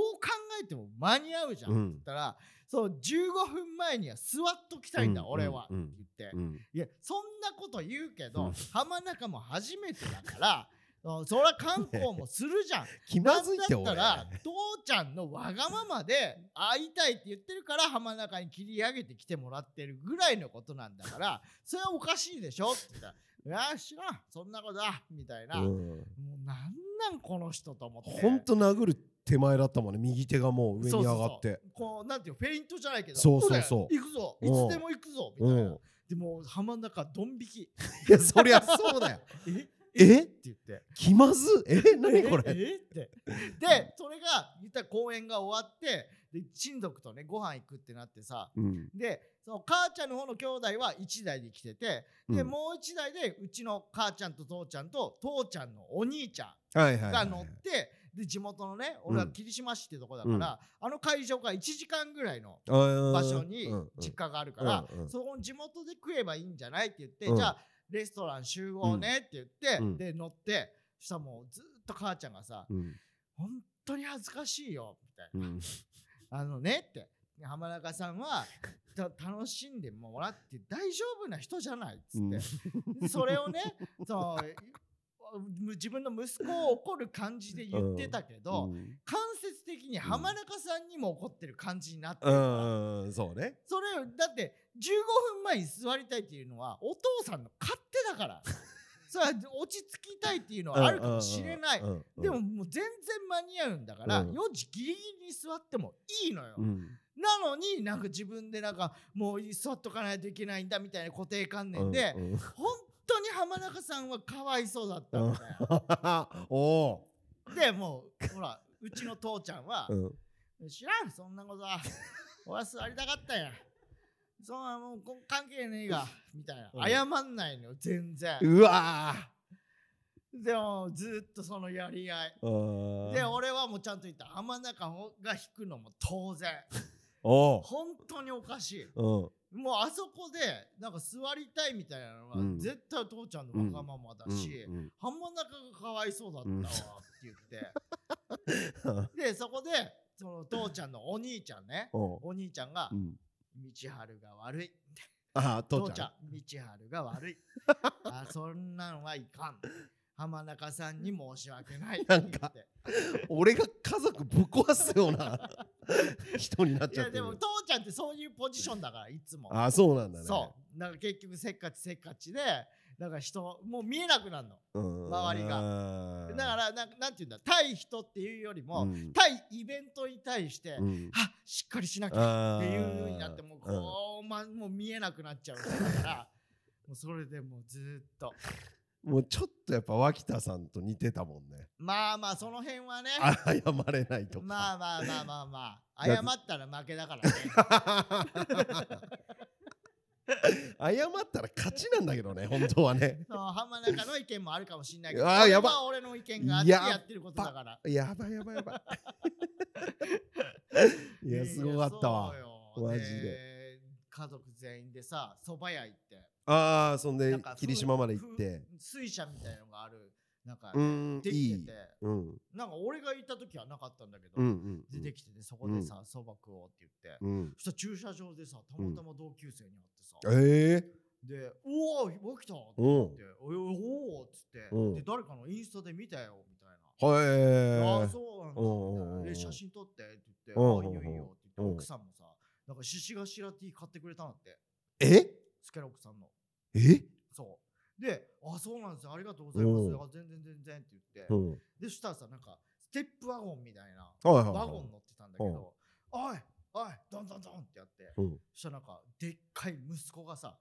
Speaker 2: えても間に合うじゃん、
Speaker 1: う
Speaker 2: って
Speaker 1: ん
Speaker 2: 言ったらそう15分前には座っときたいんだ、
Speaker 1: うん
Speaker 2: 俺は、
Speaker 1: うん
Speaker 2: って言って、
Speaker 1: うん
Speaker 2: いやそんなこと言うけど、
Speaker 1: うん
Speaker 2: 浜中も初めてだから そりゃ観光もするじ ゃん
Speaker 1: 気まずいって
Speaker 2: なんだ
Speaker 1: 俺
Speaker 2: ったら父ちゃんのわがままで会いたいって言ってるから浜中に切り上げてきてもらってるぐらいのことなんだから それはおかしいでしょって言ったら「いや知らんそんなことだ」みたいな、も
Speaker 1: うん
Speaker 2: うなんなんこの人と思って
Speaker 1: ほんと殴る手前だったもんね右手がもう上に上がって
Speaker 2: そうそうそうこうなんていうのフェイントじゃないけど
Speaker 1: そうそうそう
Speaker 2: 俺行くぞい
Speaker 1: うん
Speaker 2: つでも行くぞみ
Speaker 1: う
Speaker 2: たいなんでも浜中ドン引き
Speaker 1: いやそ りゃそうだよ
Speaker 2: え
Speaker 1: え
Speaker 2: って言って
Speaker 1: 気まずえ何 こ
Speaker 2: え
Speaker 1: れ
Speaker 2: えってでそれが言ったら公演が終わってで親族とねご飯行くってなってさ
Speaker 1: うん
Speaker 2: でその母ちゃんの方の兄弟は1台で来ててで、
Speaker 1: うん
Speaker 2: もう1台でうちの母ちゃんと父ちゃんと父ちゃんのお兄ちゃ
Speaker 1: はいはい
Speaker 2: ん
Speaker 1: は
Speaker 2: が
Speaker 1: い
Speaker 2: 乗って、で地元のね俺は霧島市ってとこだから、あの会場から1時間ぐらいの
Speaker 1: 場
Speaker 2: 場所に実家があるから、そこの地元で食えばいいんじゃないって言って、
Speaker 1: うん
Speaker 2: じゃあレストラン集合ねって言って、
Speaker 1: うん
Speaker 2: で乗ってそしたらもうずっと母ちゃんがさ
Speaker 1: うん
Speaker 2: 「本当に恥ずかしいよ」みたい
Speaker 1: うん
Speaker 2: な「あのね」って浜中さんはた楽しんでもらって大丈夫な人じゃないっつって、でそれを ねそう自分の息子を怒る感じで言ってたけど、
Speaker 1: うん
Speaker 2: 間接的に浜中さんにも怒ってる感じになっ
Speaker 1: う
Speaker 2: てるから。
Speaker 1: んうんそうね
Speaker 2: それだって15分前に座りたいっていうのはお父さんの勝手だから それは落ち着きたいっていうのはあるかもしれない
Speaker 1: うんうん
Speaker 2: でももう全然間に合うんだから
Speaker 1: うん
Speaker 2: 4時ギリギリに座ってもいいのよ
Speaker 1: うん
Speaker 2: なのになんか自分でなんかもう座っとかないといけないんだみたいな固定観念で
Speaker 1: うんうん
Speaker 2: 本当に浜中さんはかわいそうだったみたいな
Speaker 1: おお
Speaker 2: でもうほらうちの父ちゃんは
Speaker 1: ーうん
Speaker 2: 知らんそんなこ とは俺は座りたかったんやそんなもうこ関係ねえがみたいな、
Speaker 1: うん
Speaker 2: 謝んないのよ全然
Speaker 1: うわー
Speaker 2: でもずっとそのやり合いで
Speaker 1: で
Speaker 2: 俺はもうちゃんと言った浜中が引くのも当然
Speaker 1: お
Speaker 2: 本当におかしい
Speaker 1: お
Speaker 2: もうあそこでなんか座りたいみたいなのは
Speaker 1: うん
Speaker 2: 絶対父ちゃんのわがままだし、
Speaker 1: うん
Speaker 2: 浜中がかわいそうだったわっ
Speaker 1: う
Speaker 2: て 言ってでそこでその父ちゃんのお兄ちゃんね
Speaker 1: おう
Speaker 2: お兄ちゃんが
Speaker 1: うん
Speaker 2: 道春が悪い
Speaker 1: ああ
Speaker 2: 父
Speaker 1: 父
Speaker 2: ち
Speaker 1: ち
Speaker 2: ゃ
Speaker 1: ゃ
Speaker 2: ん道春が悪いあそんなんはいかん浜中さんに申し訳ない
Speaker 1: なんか
Speaker 2: って
Speaker 1: ん俺が家族ぶっ壊すような 人になっ
Speaker 2: い
Speaker 1: ちゃっ
Speaker 2: や
Speaker 1: て
Speaker 2: で
Speaker 1: る
Speaker 2: も父ちゃんってそういうポジションだからいつも
Speaker 1: ああそうなんだね
Speaker 2: そうなんか結局せっかちせっかちでなんか人もう見えなくなるの
Speaker 1: うん
Speaker 2: 周り
Speaker 1: が
Speaker 2: だからなんかなんていうんだ対人っていうよりも、
Speaker 1: うん
Speaker 2: 対イベントに対して、
Speaker 1: うん
Speaker 2: あしっかりしなきゃっていう風になってもうこう、ま、もう見えなくなっちゃうからもうそれでもうずーっと
Speaker 1: うんもうちょっとやっぱ脇田さんと似てたもん ね
Speaker 2: まあまあその辺はね
Speaker 1: 謝れないとか
Speaker 2: まあまあまあまあまあ謝ったら負けだからね
Speaker 1: 謝ったら勝ちなんだけどね本当はね
Speaker 2: その浜中の意見もあるかもしれないけど
Speaker 1: うわーやば
Speaker 2: 俺は俺の意見があって
Speaker 1: やっば
Speaker 2: やってることだから
Speaker 1: やばいやばいや ばいいやすごかったわ
Speaker 2: そうよ
Speaker 1: マジで
Speaker 2: 家族全員でさ蕎麦屋行って
Speaker 1: ああそん
Speaker 2: な
Speaker 1: で
Speaker 2: んか
Speaker 1: 霧島まで行って
Speaker 2: ふ水車みたいのがあるなんか
Speaker 1: うんい
Speaker 2: できて
Speaker 1: い
Speaker 2: て
Speaker 1: うん
Speaker 2: なんか俺が行った時はなかったんだけど、
Speaker 1: うんうん
Speaker 2: でできててそこでさ蕎麦食おうって言って、
Speaker 1: うん
Speaker 2: そしたら駐車場でさたまたま同級生に会ってさ、
Speaker 1: ええ
Speaker 2: で「おお起きた!」って
Speaker 1: うん
Speaker 2: って「おいおいおお」っつって、
Speaker 1: うん
Speaker 2: で誰かのインスタで見たよみたいな
Speaker 1: は
Speaker 2: あ
Speaker 1: い
Speaker 2: あ、。そうなんだ
Speaker 1: うんうんうん
Speaker 2: で写真撮ってって言って、
Speaker 1: うんうんうん
Speaker 2: あいいよいいよって
Speaker 1: う
Speaker 2: 言
Speaker 1: ん
Speaker 2: って、奥さんもさ、なんか獅子頭 T 買ってくれたんだって、
Speaker 1: え
Speaker 2: スケロクさんの。
Speaker 1: え
Speaker 2: そう。で、あ、そうなんですよ、ありがとうございます。
Speaker 1: うん
Speaker 2: あ全然全然って言って、
Speaker 1: うん。
Speaker 2: で、そしたらさ、なんか、ステップワゴンみたいな、
Speaker 1: はいはいはい。
Speaker 2: ワゴン乗ってたんだけど、おい、おい、どんどんどんってやって、
Speaker 1: うん
Speaker 2: そしたらなんか、でっかい息子がさ、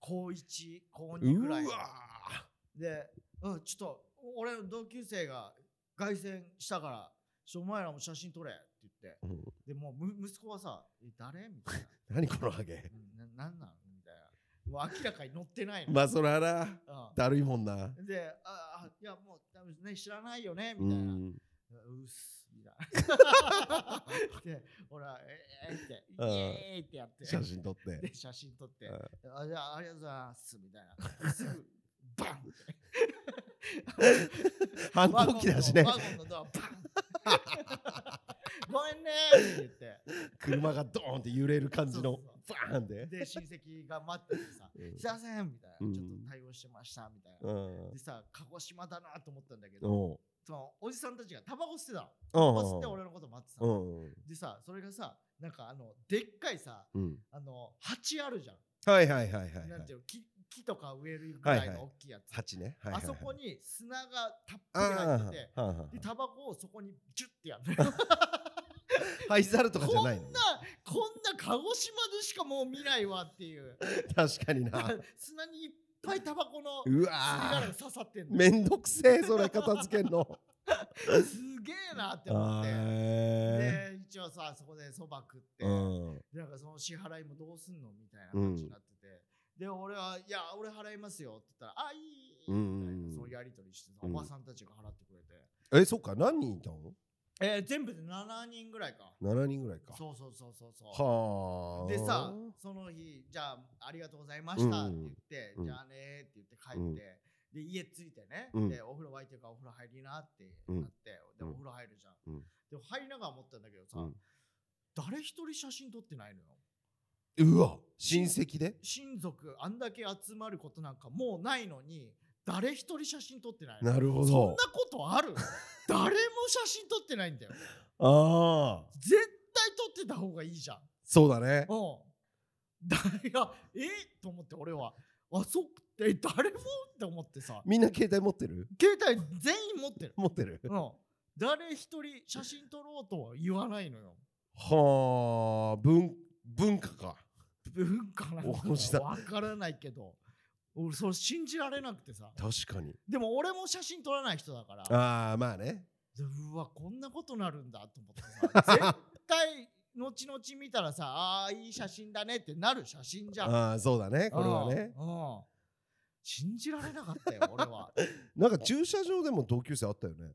Speaker 2: 高1、高2ぐ
Speaker 1: う
Speaker 2: らいの。
Speaker 1: わ
Speaker 2: で、うん、ちょっと、俺の同級生が凱旋したから、ちょ、お前らも写真撮れって言って。
Speaker 1: ーうん
Speaker 2: で、もうむ、息子はさ、え誰みたいな。
Speaker 1: 何このハゲ。
Speaker 2: うんな、なんなんみたいな。もう明らかに乗ってないの。
Speaker 1: まあそらな。
Speaker 2: うん
Speaker 1: だるいもんな。
Speaker 2: で、ああ、いや、もう、多分ね、知らないよね、
Speaker 1: う
Speaker 2: みたいな。
Speaker 1: ん。
Speaker 2: うっす、みたいな。 で、ほら、えー、えー、って、イ
Speaker 1: うん
Speaker 2: エーイってやって、
Speaker 1: 写真撮って。
Speaker 2: で、写真撮って、
Speaker 1: う
Speaker 2: あ、じゃあ、ありがとうございます、みたいな。すぐ、バンって。
Speaker 1: 反抗期だしね
Speaker 2: ワ。ゴンのドア、バンごめんねーって
Speaker 1: 車がドーンって揺れる感じの
Speaker 2: そうそう。
Speaker 1: バーン
Speaker 2: 言
Speaker 1: で。
Speaker 2: って、で、親戚が待っててさ、
Speaker 1: うん
Speaker 2: すいませんみたいな、
Speaker 1: うん
Speaker 2: ちょっと対応してました、みたいうな。
Speaker 1: ん。
Speaker 2: でさ、鹿児島だなと思ったんだけ
Speaker 1: う
Speaker 2: ど、
Speaker 1: ん。
Speaker 2: そのおじさんたちがタバコ吸ってたの。
Speaker 1: う
Speaker 2: タバコ吸
Speaker 1: ん
Speaker 2: って俺のこと待ってた
Speaker 1: う
Speaker 2: の。
Speaker 1: ん。うん
Speaker 2: でさ、それがさ、なんかあの、でっかいさ、
Speaker 1: うん。
Speaker 2: あの、鉢あるじゃん。
Speaker 1: はいはいはいはいは
Speaker 2: なんて
Speaker 1: い。
Speaker 2: いうの木木とか植えるぐらい
Speaker 1: はいはい
Speaker 2: の大きいやつ。
Speaker 1: 八ね。はいは
Speaker 2: あ
Speaker 1: いはい
Speaker 2: そこに砂がたっ
Speaker 1: あ
Speaker 2: ぷり入
Speaker 1: ー
Speaker 2: ってて、
Speaker 1: はいはい
Speaker 2: で、タバコをそこにジュッてやる。こんな、
Speaker 1: 灰皿とかじゃないの
Speaker 2: こんな鹿児島でしかもう見ないわっていう。
Speaker 1: 確かに な。
Speaker 2: 砂にいっぱいタバコの
Speaker 1: う
Speaker 2: 吸い殻
Speaker 1: わ
Speaker 2: が
Speaker 1: ー
Speaker 2: 刺さってんの。
Speaker 1: めんどくせえそれ片付けんの。
Speaker 2: すげえなって思
Speaker 1: あ
Speaker 2: って。
Speaker 1: ー
Speaker 2: で、一応さ、そこでそば食って。
Speaker 1: うん。
Speaker 2: でなんかその支払いもどうすんのみたいな感じになってて、で俺は「いや俺払いますよ」って言ったら「あいい」
Speaker 1: うんうんうん
Speaker 2: みたいなそのやり取りしてさ
Speaker 1: う
Speaker 2: お
Speaker 1: ん
Speaker 2: ばさんたちが払ってくれて、
Speaker 1: え、そっか、何人いたの
Speaker 2: えー全部で7人ぐらいか
Speaker 1: ?7 人ぐらいか。
Speaker 2: そうそうそうそうそう
Speaker 1: はあ。
Speaker 2: でさその日「じゃあありがとうございました」って言って「
Speaker 1: うんうんうん
Speaker 2: じゃあね」って言って帰って、
Speaker 1: うん
Speaker 2: で家着いてね、
Speaker 1: うん
Speaker 2: でお風呂沸いてるからお風呂入りなって
Speaker 1: うん
Speaker 2: なって、で
Speaker 1: うん
Speaker 2: お風呂入るじゃん、
Speaker 1: うん
Speaker 2: で入りながら思ったんだけどさ、
Speaker 1: うん
Speaker 2: 誰一人写真撮ってないのよ
Speaker 1: うわ、親戚で
Speaker 2: 親族あんだけ集まることなんかもうないのに誰一人写真撮ってないの
Speaker 1: なるほ
Speaker 2: そん
Speaker 1: ど。
Speaker 2: なこ とある誰も写真撮ってないんだよ
Speaker 1: ああ。
Speaker 2: 絶対撮ってた方がいいじゃん
Speaker 1: そうだね
Speaker 2: う。んだいやえと思って俺はあそっえ誰もって思ってさ
Speaker 1: みんな携帯持ってる
Speaker 2: 携帯全員持ってる
Speaker 1: 持ってる。
Speaker 2: うん誰一人写真撮ろうとは言わないのよ
Speaker 1: はあ、文、文化か。
Speaker 2: 文化なのか
Speaker 1: おじさ
Speaker 2: なんわからないけど俺それ信じられなくてさ
Speaker 1: 確かに。
Speaker 2: でも俺も写真撮らない人だから
Speaker 1: ああ、まあね。
Speaker 2: でうわこんなことなるんだと思ってさ 絶対後々見たらさあーいい写真だねってなる写真じゃん
Speaker 1: ああ、そうだね。これはね。
Speaker 2: うんうん信じられなかったよ俺は
Speaker 1: なんか駐車場でも同級生あったよね。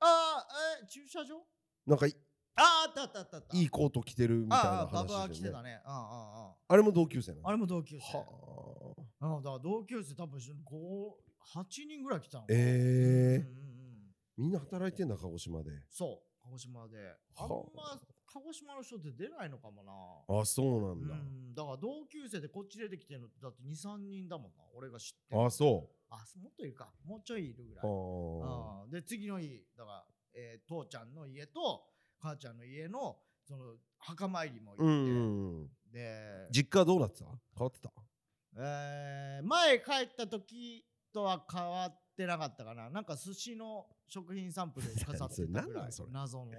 Speaker 2: あーえー駐車場
Speaker 1: なんかい
Speaker 2: あーあったあったあったあった
Speaker 1: いいコート着てるみたいな
Speaker 2: あーあー
Speaker 1: 話
Speaker 2: ババア
Speaker 1: で
Speaker 2: 来
Speaker 1: す
Speaker 2: て
Speaker 1: よね
Speaker 2: たねうんうんうん
Speaker 1: あれも同級生なの
Speaker 2: あれも同級生、
Speaker 1: はあ。
Speaker 2: うん、だから同級生多分58人ぐらい来たのかな
Speaker 1: えー
Speaker 2: うんうんうん
Speaker 1: みんな働いてんだ、鹿児島で。
Speaker 2: そう鹿児島であん
Speaker 1: は
Speaker 2: ま鹿児島の人って出ないのかもな
Speaker 1: あ、そうなんだ。
Speaker 2: うん、だから同級生でこっち出てきてるのってだって23人だもんな俺が知ってる
Speaker 1: あ、そ
Speaker 2: あもっといるかもうちょいいるぐら
Speaker 1: う。
Speaker 2: い
Speaker 1: はあ。
Speaker 2: うんで次の日だから、えー父ちゃんの家と母ちゃんの家のその墓参りも行って、
Speaker 1: うんうんうん。
Speaker 2: で、
Speaker 1: 実家はどうなってた変わってた
Speaker 2: えー前帰った時とは変わってなかったかななんか寿司の食品サンプルを飾ってたぐ
Speaker 1: 何
Speaker 2: ら
Speaker 1: ないん それ
Speaker 2: 謎の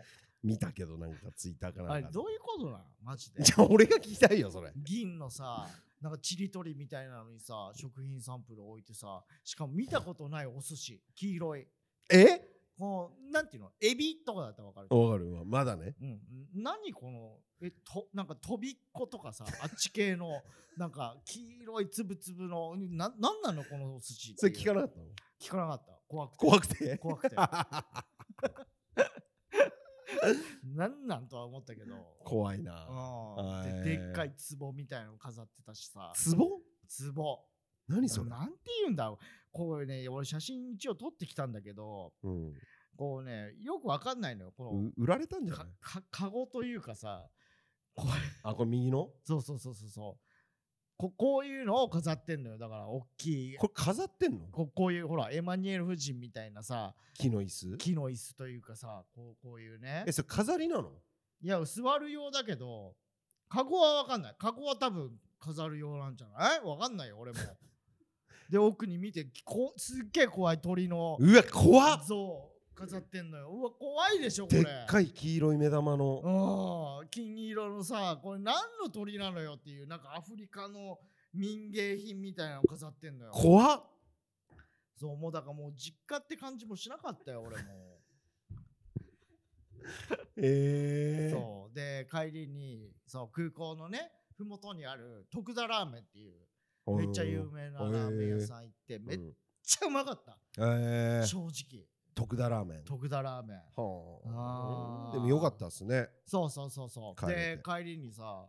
Speaker 1: 見たけどなんかツイッターかなん
Speaker 2: あれ
Speaker 1: かで
Speaker 2: どういうことなのマジで
Speaker 1: じゃあ俺が聞きたいよそれ
Speaker 2: 銀のさなんかちりとりみたいなのにさ食品サンプル置いてさしかも見たことないお寿司黄色い
Speaker 1: え
Speaker 2: こうなんていうのエビとかだったらわかる
Speaker 1: わかるわまだね
Speaker 2: うん、何このえとなんかとびっこと かさあっち系のなんか黄色いつぶつぶのななんなのこのお寿司
Speaker 1: それ聞かな
Speaker 2: か
Speaker 1: かったの
Speaker 2: 聞かなかった怖くて
Speaker 1: 怖くて
Speaker 2: 怖くてなんなんとは思ったけど
Speaker 1: 怖いな
Speaker 2: う
Speaker 1: は
Speaker 2: ん
Speaker 1: い
Speaker 2: ででっかい壺みたいなの飾ってたしさ
Speaker 1: ツボ
Speaker 2: 壺
Speaker 1: 何それ
Speaker 2: なんて言うんだろうこれね俺写真一応撮ってきたんだけど
Speaker 1: うん
Speaker 2: こうねよくわかんないのよこの、
Speaker 1: う売られたんじゃな
Speaker 2: か
Speaker 1: い
Speaker 2: かカゴというかさこれ
Speaker 1: あこれ右の
Speaker 2: そうそうそうそうそうここういうのを飾ってんのよだから大きい
Speaker 1: これ飾ってんの
Speaker 2: ここういうほらエマニュエル夫人みたいなさ
Speaker 1: 木の椅子
Speaker 2: 木の椅子というかさこうこういうね
Speaker 1: えそれ飾りなの
Speaker 2: いや座る用だけどカゴは分かんないカゴは多分飾る用なんじゃない分かんない よ俺もで奥に見てこうすっげえ怖い鳥の
Speaker 1: うわ怖っ
Speaker 2: 像飾ってんのようわ怖いでしょこ
Speaker 1: で
Speaker 2: れ
Speaker 1: っかい黄色い目玉の
Speaker 2: うん金色のさこれ何の鳥なのよっていうなんかアフリカの民芸品みたいなの飾ってんのよ
Speaker 1: 怖っ
Speaker 2: そうもうだからもう実家って感じもしなかったよ俺も、
Speaker 1: えー、
Speaker 2: そうで帰りにそう空港のねふもとにある徳田ラーメンっていう
Speaker 1: うん
Speaker 2: めっちゃ有名なラーメン屋さん行ってめっちゃうまかった、
Speaker 1: うんえー
Speaker 2: 正直
Speaker 1: 徳田ラーメン
Speaker 2: 徳田ラーメン
Speaker 1: は
Speaker 2: あ
Speaker 1: あ
Speaker 2: ー
Speaker 1: でもよかったですね
Speaker 2: そうそうそうそう
Speaker 1: 帰れて
Speaker 2: で帰りにさ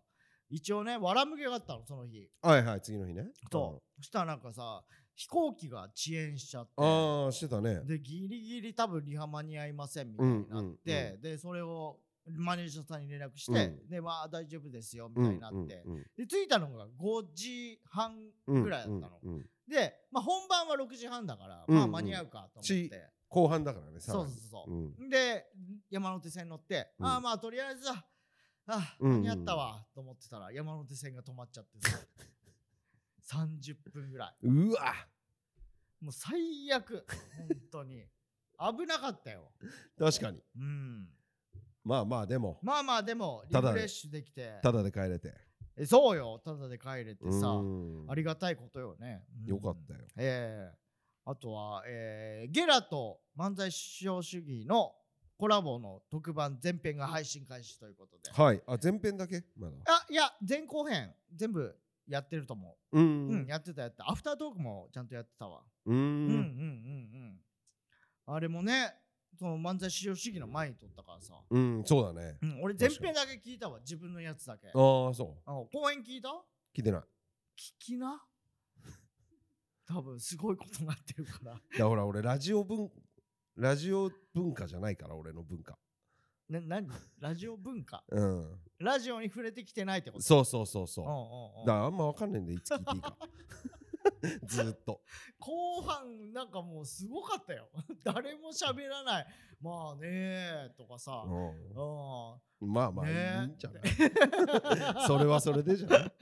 Speaker 2: 一応ねわらむげがあったのその日
Speaker 1: はいはい次の日ね
Speaker 2: と、そしたらなんかさ飛行機が遅延しちゃって
Speaker 1: うんああしてたね
Speaker 2: でギリギリ多分リハ間に合いませんみたいになって、
Speaker 1: うんうん
Speaker 2: でそれをマネージャーさんに連絡して、
Speaker 1: う
Speaker 2: でまあ大丈夫ですよみ
Speaker 1: うんう
Speaker 2: たい
Speaker 1: ん
Speaker 2: になって、
Speaker 1: うん
Speaker 2: で着いたのが5時半
Speaker 1: うん
Speaker 2: ぐらいだったの、
Speaker 1: うんうん
Speaker 2: で、まあ、本番は6時半だから、
Speaker 1: うん
Speaker 2: まあ間に合うかと思って、
Speaker 1: し後半だからね
Speaker 2: そうそうそう、
Speaker 1: うん
Speaker 2: で山手線乗って、
Speaker 1: うん
Speaker 2: ああまあとりあえずはあ
Speaker 1: うん
Speaker 2: 間に合ったわと思ってたら山手線が止まっちゃって さ30分ぐらいう
Speaker 1: わ
Speaker 2: もう最悪本当に危なかったよ
Speaker 1: 確かに
Speaker 2: うん
Speaker 1: まあまあでも
Speaker 2: まあまあでもリ
Speaker 1: ただ
Speaker 2: フレッシュできて
Speaker 1: ただで帰れて
Speaker 2: えそうよただで帰れてさ
Speaker 1: うん
Speaker 2: ありがたいことよね、うん
Speaker 1: よかったよ
Speaker 2: ええあとは、えーゲラと漫才至上主義のコラボの特番全編が配信開始ということで
Speaker 1: はいあ前編だけまだ
Speaker 2: あいや前後編全部やってると思
Speaker 1: う
Speaker 2: う、
Speaker 1: ん
Speaker 2: うんやってたやってたアフタートークもちゃんとやってたわ、
Speaker 1: う
Speaker 2: うん、うんうん
Speaker 1: ん
Speaker 2: うんあれもねその漫才至上主義の前に撮ったからさ、
Speaker 1: うんそうだね
Speaker 2: うん、俺前編だけ聞いたわ自分のやつだけ
Speaker 1: ああそう
Speaker 2: あ公演聞いた
Speaker 1: 聞いてない
Speaker 2: 聞きな多分すごいことになってるから
Speaker 1: だほら俺ラジオ文ラジオ文化じゃないから俺の文化
Speaker 2: な何ラジオ文化
Speaker 1: うん
Speaker 2: ラジオに触れてきてないってこと
Speaker 1: そうそうそうそううん
Speaker 2: うんうん
Speaker 1: だからあんまわかんないんでいつ聞いていい かずーっと
Speaker 2: 後半なんかもうすごかったよ 誰も喋らないまあねーとかさ、うん
Speaker 1: うんまあまあい
Speaker 2: ね
Speaker 1: いんじゃないそれはそれでじゃない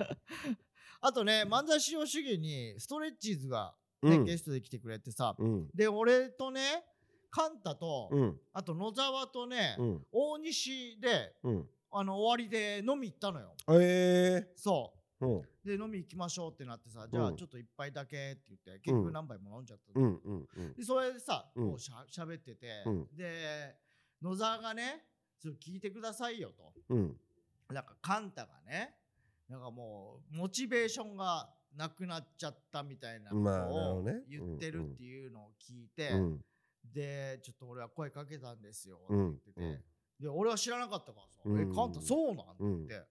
Speaker 2: あとね漫才使用主義にストレッチーズが、
Speaker 1: う
Speaker 2: ね
Speaker 1: ん
Speaker 2: ゲストで来てくれてさ、
Speaker 1: うん
Speaker 2: で俺とねカンタと、
Speaker 1: うん
Speaker 2: あと野沢とね、
Speaker 1: うん
Speaker 2: 大西で
Speaker 1: うん
Speaker 2: あの終わりで飲み行ったのよ
Speaker 1: え
Speaker 2: そう
Speaker 1: えうん
Speaker 2: で飲み行きましょうってなってさじゃあ
Speaker 1: うん
Speaker 2: ちょっと一杯だけって言って結局何杯も飲んじゃったの、
Speaker 1: うんうんうん
Speaker 2: でそれでさ、
Speaker 1: うん
Speaker 2: こうしゃ喋ってて、
Speaker 1: うん
Speaker 2: で野沢がねちょっと聞いてくださいよと
Speaker 1: うん
Speaker 2: なんかカンタがねなんかもうモチベーションがなくなっちゃったみたいなこと
Speaker 1: まあなるほど
Speaker 2: を
Speaker 1: ね
Speaker 2: 言ってるっていうのを聞いて、
Speaker 1: うん
Speaker 2: でちょっと俺は声かけたんですよって
Speaker 1: う
Speaker 2: 言っ
Speaker 1: ん
Speaker 2: てて、で俺は知らなかったからさ「
Speaker 1: うん
Speaker 2: えカンタそうなん?」って言って、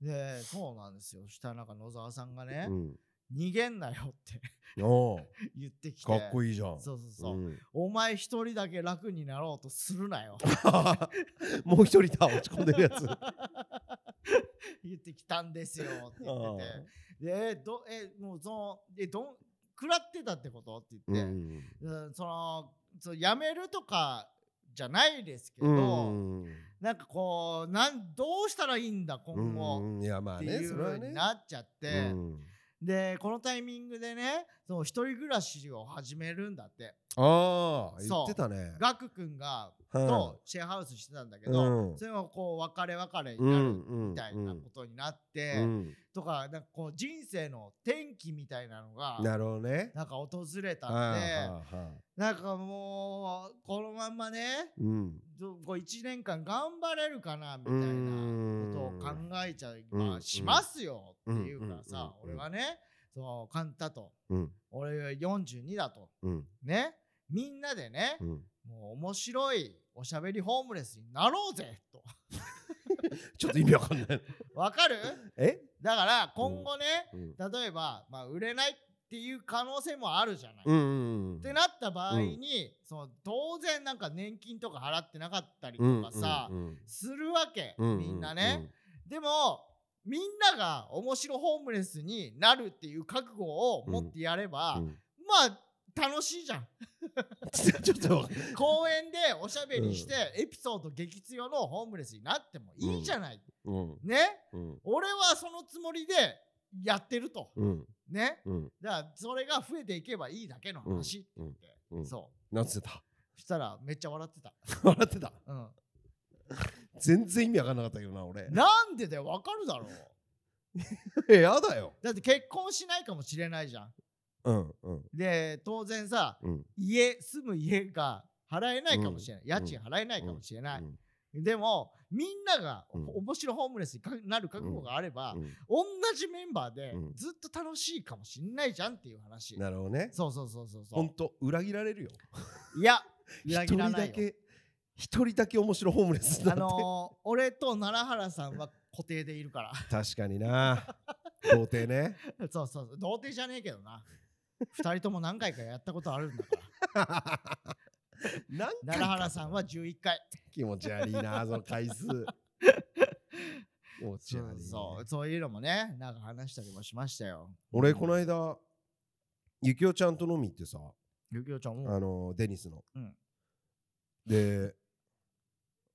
Speaker 2: でそうなんですよそしたらなんか野沢さんがね、
Speaker 1: うん
Speaker 2: 逃げんなよって
Speaker 1: おー
Speaker 2: 言ってきて
Speaker 1: かっこいいじゃん
Speaker 2: そうそうそう、
Speaker 1: うん
Speaker 2: お前一人だけ楽になろうとするなよ
Speaker 1: もう一人だ落ち込んでるやつ
Speaker 2: 言ってきたんですよって言
Speaker 1: あ
Speaker 2: っててでえどえもうそのえどん食らってたってことって
Speaker 1: ーう
Speaker 2: 言って、
Speaker 1: ん
Speaker 2: うんそのそうやめるとかじゃないですけど、
Speaker 1: うん
Speaker 2: なんかこうなんどうしたらいいんだ今後、
Speaker 1: うんいやまあ
Speaker 2: って
Speaker 1: ね
Speaker 2: いう
Speaker 1: それ
Speaker 2: ふ
Speaker 1: は
Speaker 2: う
Speaker 1: ね
Speaker 2: になっちゃって、
Speaker 1: うん
Speaker 2: でこのタイミングでねその一人暮らしを始めるんだって
Speaker 1: ああ言
Speaker 2: そう
Speaker 1: ってたね
Speaker 2: ガク君が
Speaker 1: は
Speaker 2: とシェアハウスしてたんだけど、
Speaker 1: うん
Speaker 2: それがこう別れ別れ
Speaker 1: い
Speaker 2: になる
Speaker 1: み
Speaker 2: みたいなことになって、
Speaker 1: うん
Speaker 2: とかなんかこう人生の転機みたいなのが
Speaker 1: なるほどね
Speaker 2: なんか訪れた
Speaker 1: は
Speaker 2: ん
Speaker 1: い
Speaker 2: で
Speaker 1: はいはい
Speaker 2: なんかもうこのまんまね
Speaker 1: うん
Speaker 2: どこう1年間頑張れるかなみたいなことを考
Speaker 1: う
Speaker 2: えちゃい
Speaker 1: うん
Speaker 2: まあしますよ
Speaker 1: う
Speaker 2: っ
Speaker 1: ん
Speaker 2: ていうからさ
Speaker 1: うんう
Speaker 2: 俺
Speaker 1: ん
Speaker 2: はねそうカンタと
Speaker 1: ん
Speaker 2: 俺は42だと
Speaker 1: うん
Speaker 2: ねみんなでね
Speaker 1: うん
Speaker 2: もう面白いおしゃべりホームレスになろうぜと
Speaker 1: ちょっと意味わかんない
Speaker 2: わかる
Speaker 1: え
Speaker 2: だから今後ね、
Speaker 1: うん
Speaker 2: 例えば、まあ、売れないっていう可能性もあるじゃない。
Speaker 1: う
Speaker 2: っ
Speaker 1: んうんうん
Speaker 2: てなった場合に、その当然なんか年金とか払ってなかったりとかさ、
Speaker 1: うんうん
Speaker 2: するわけ、
Speaker 1: うん
Speaker 2: みんなね。でもみんなが面白ホームレスになるっていう覚悟を持ってやれば、
Speaker 1: うん
Speaker 2: まあ楽しい じゃん
Speaker 1: ちょっと、
Speaker 2: 公園でおしゃべりしてエピソード激強のホームレスになってもいいじゃない、
Speaker 1: うん
Speaker 2: ね
Speaker 1: うん
Speaker 2: 俺はそのつもりでやってると
Speaker 1: うん
Speaker 2: ね
Speaker 1: うん
Speaker 2: だからそれが増えていけばいいだけの話って言って、
Speaker 1: うん
Speaker 2: そ
Speaker 1: なんつってた
Speaker 2: うしたらめっちゃ笑ってた、
Speaker 1: 笑ってた
Speaker 2: うん、
Speaker 1: 全然意味わかんなかったけどな俺
Speaker 2: なんでだよわかるだろう
Speaker 1: えやだよ
Speaker 2: だって結婚しないかもしれないじゃん
Speaker 1: うんうん
Speaker 2: で当然さ
Speaker 1: うん
Speaker 2: 家住む家が払えないかもしれない、
Speaker 1: ん
Speaker 2: 家賃払えないかもしれない、
Speaker 1: うん
Speaker 2: でもみんなが
Speaker 1: うん
Speaker 2: 面白ホームレスにかなる覚悟があれば、
Speaker 1: うん
Speaker 2: 同じメンバーで
Speaker 1: うん
Speaker 2: ずっと楽しいかもしんないじゃんっていう話、
Speaker 1: なるほどね
Speaker 2: そうそうそうそう
Speaker 1: ほ
Speaker 2: そ
Speaker 1: んと裏切られるよ
Speaker 2: ういや
Speaker 1: 一
Speaker 2: 裏切
Speaker 1: 人
Speaker 2: らな
Speaker 1: だ
Speaker 2: いよ
Speaker 1: け一人だけ面白ホームレスだ
Speaker 2: あのー俺と奈良原さんは固定でいるから
Speaker 1: 確かにな童貞ね
Speaker 2: そうそうそう童貞じゃねえけどな2人とも何回かやったことあるんだ から
Speaker 1: なんか
Speaker 2: 奈良原さんは11回
Speaker 1: 気持ち悪いなその回数気持ち
Speaker 2: そ
Speaker 1: 悪
Speaker 2: う
Speaker 1: いね
Speaker 2: そうそういうのもねなんか話したりもしましたよ
Speaker 1: 俺この間ゆきおちゃんと飲み行ってさ
Speaker 2: ゆきおちゃんも
Speaker 1: あのデニスの、
Speaker 2: うん
Speaker 1: で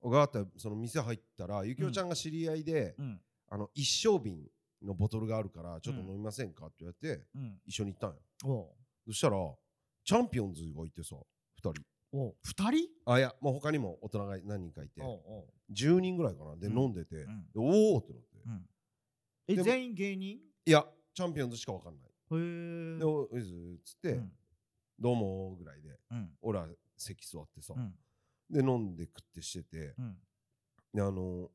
Speaker 1: ガーッてその店入ったらゆきおちゃんが知り合いで、
Speaker 2: うん
Speaker 1: あの一升瓶のボトルがあるからちょっと飲みませんかって言われて、
Speaker 2: うん
Speaker 1: 一緒に行ったんよ
Speaker 2: おう
Speaker 1: そしたらチャンピオンズがいてさ2人
Speaker 2: おう2人
Speaker 1: あいやもう他にも大人が何人かいて
Speaker 2: おうおう
Speaker 1: 10人ぐらいかなで、
Speaker 2: うん
Speaker 1: 飲んでて、で
Speaker 2: うん
Speaker 1: おおってなって、
Speaker 2: うんえ
Speaker 1: でも
Speaker 2: 全員芸人
Speaker 1: いやチャンピオンズしかわかんない、
Speaker 2: へえ
Speaker 1: でおいずーっつって、
Speaker 2: うん
Speaker 1: どうもーぐらいで
Speaker 2: うん
Speaker 1: 俺ら席座ってさ、
Speaker 2: うん
Speaker 1: で飲んで食ってしてて
Speaker 2: うん
Speaker 1: であの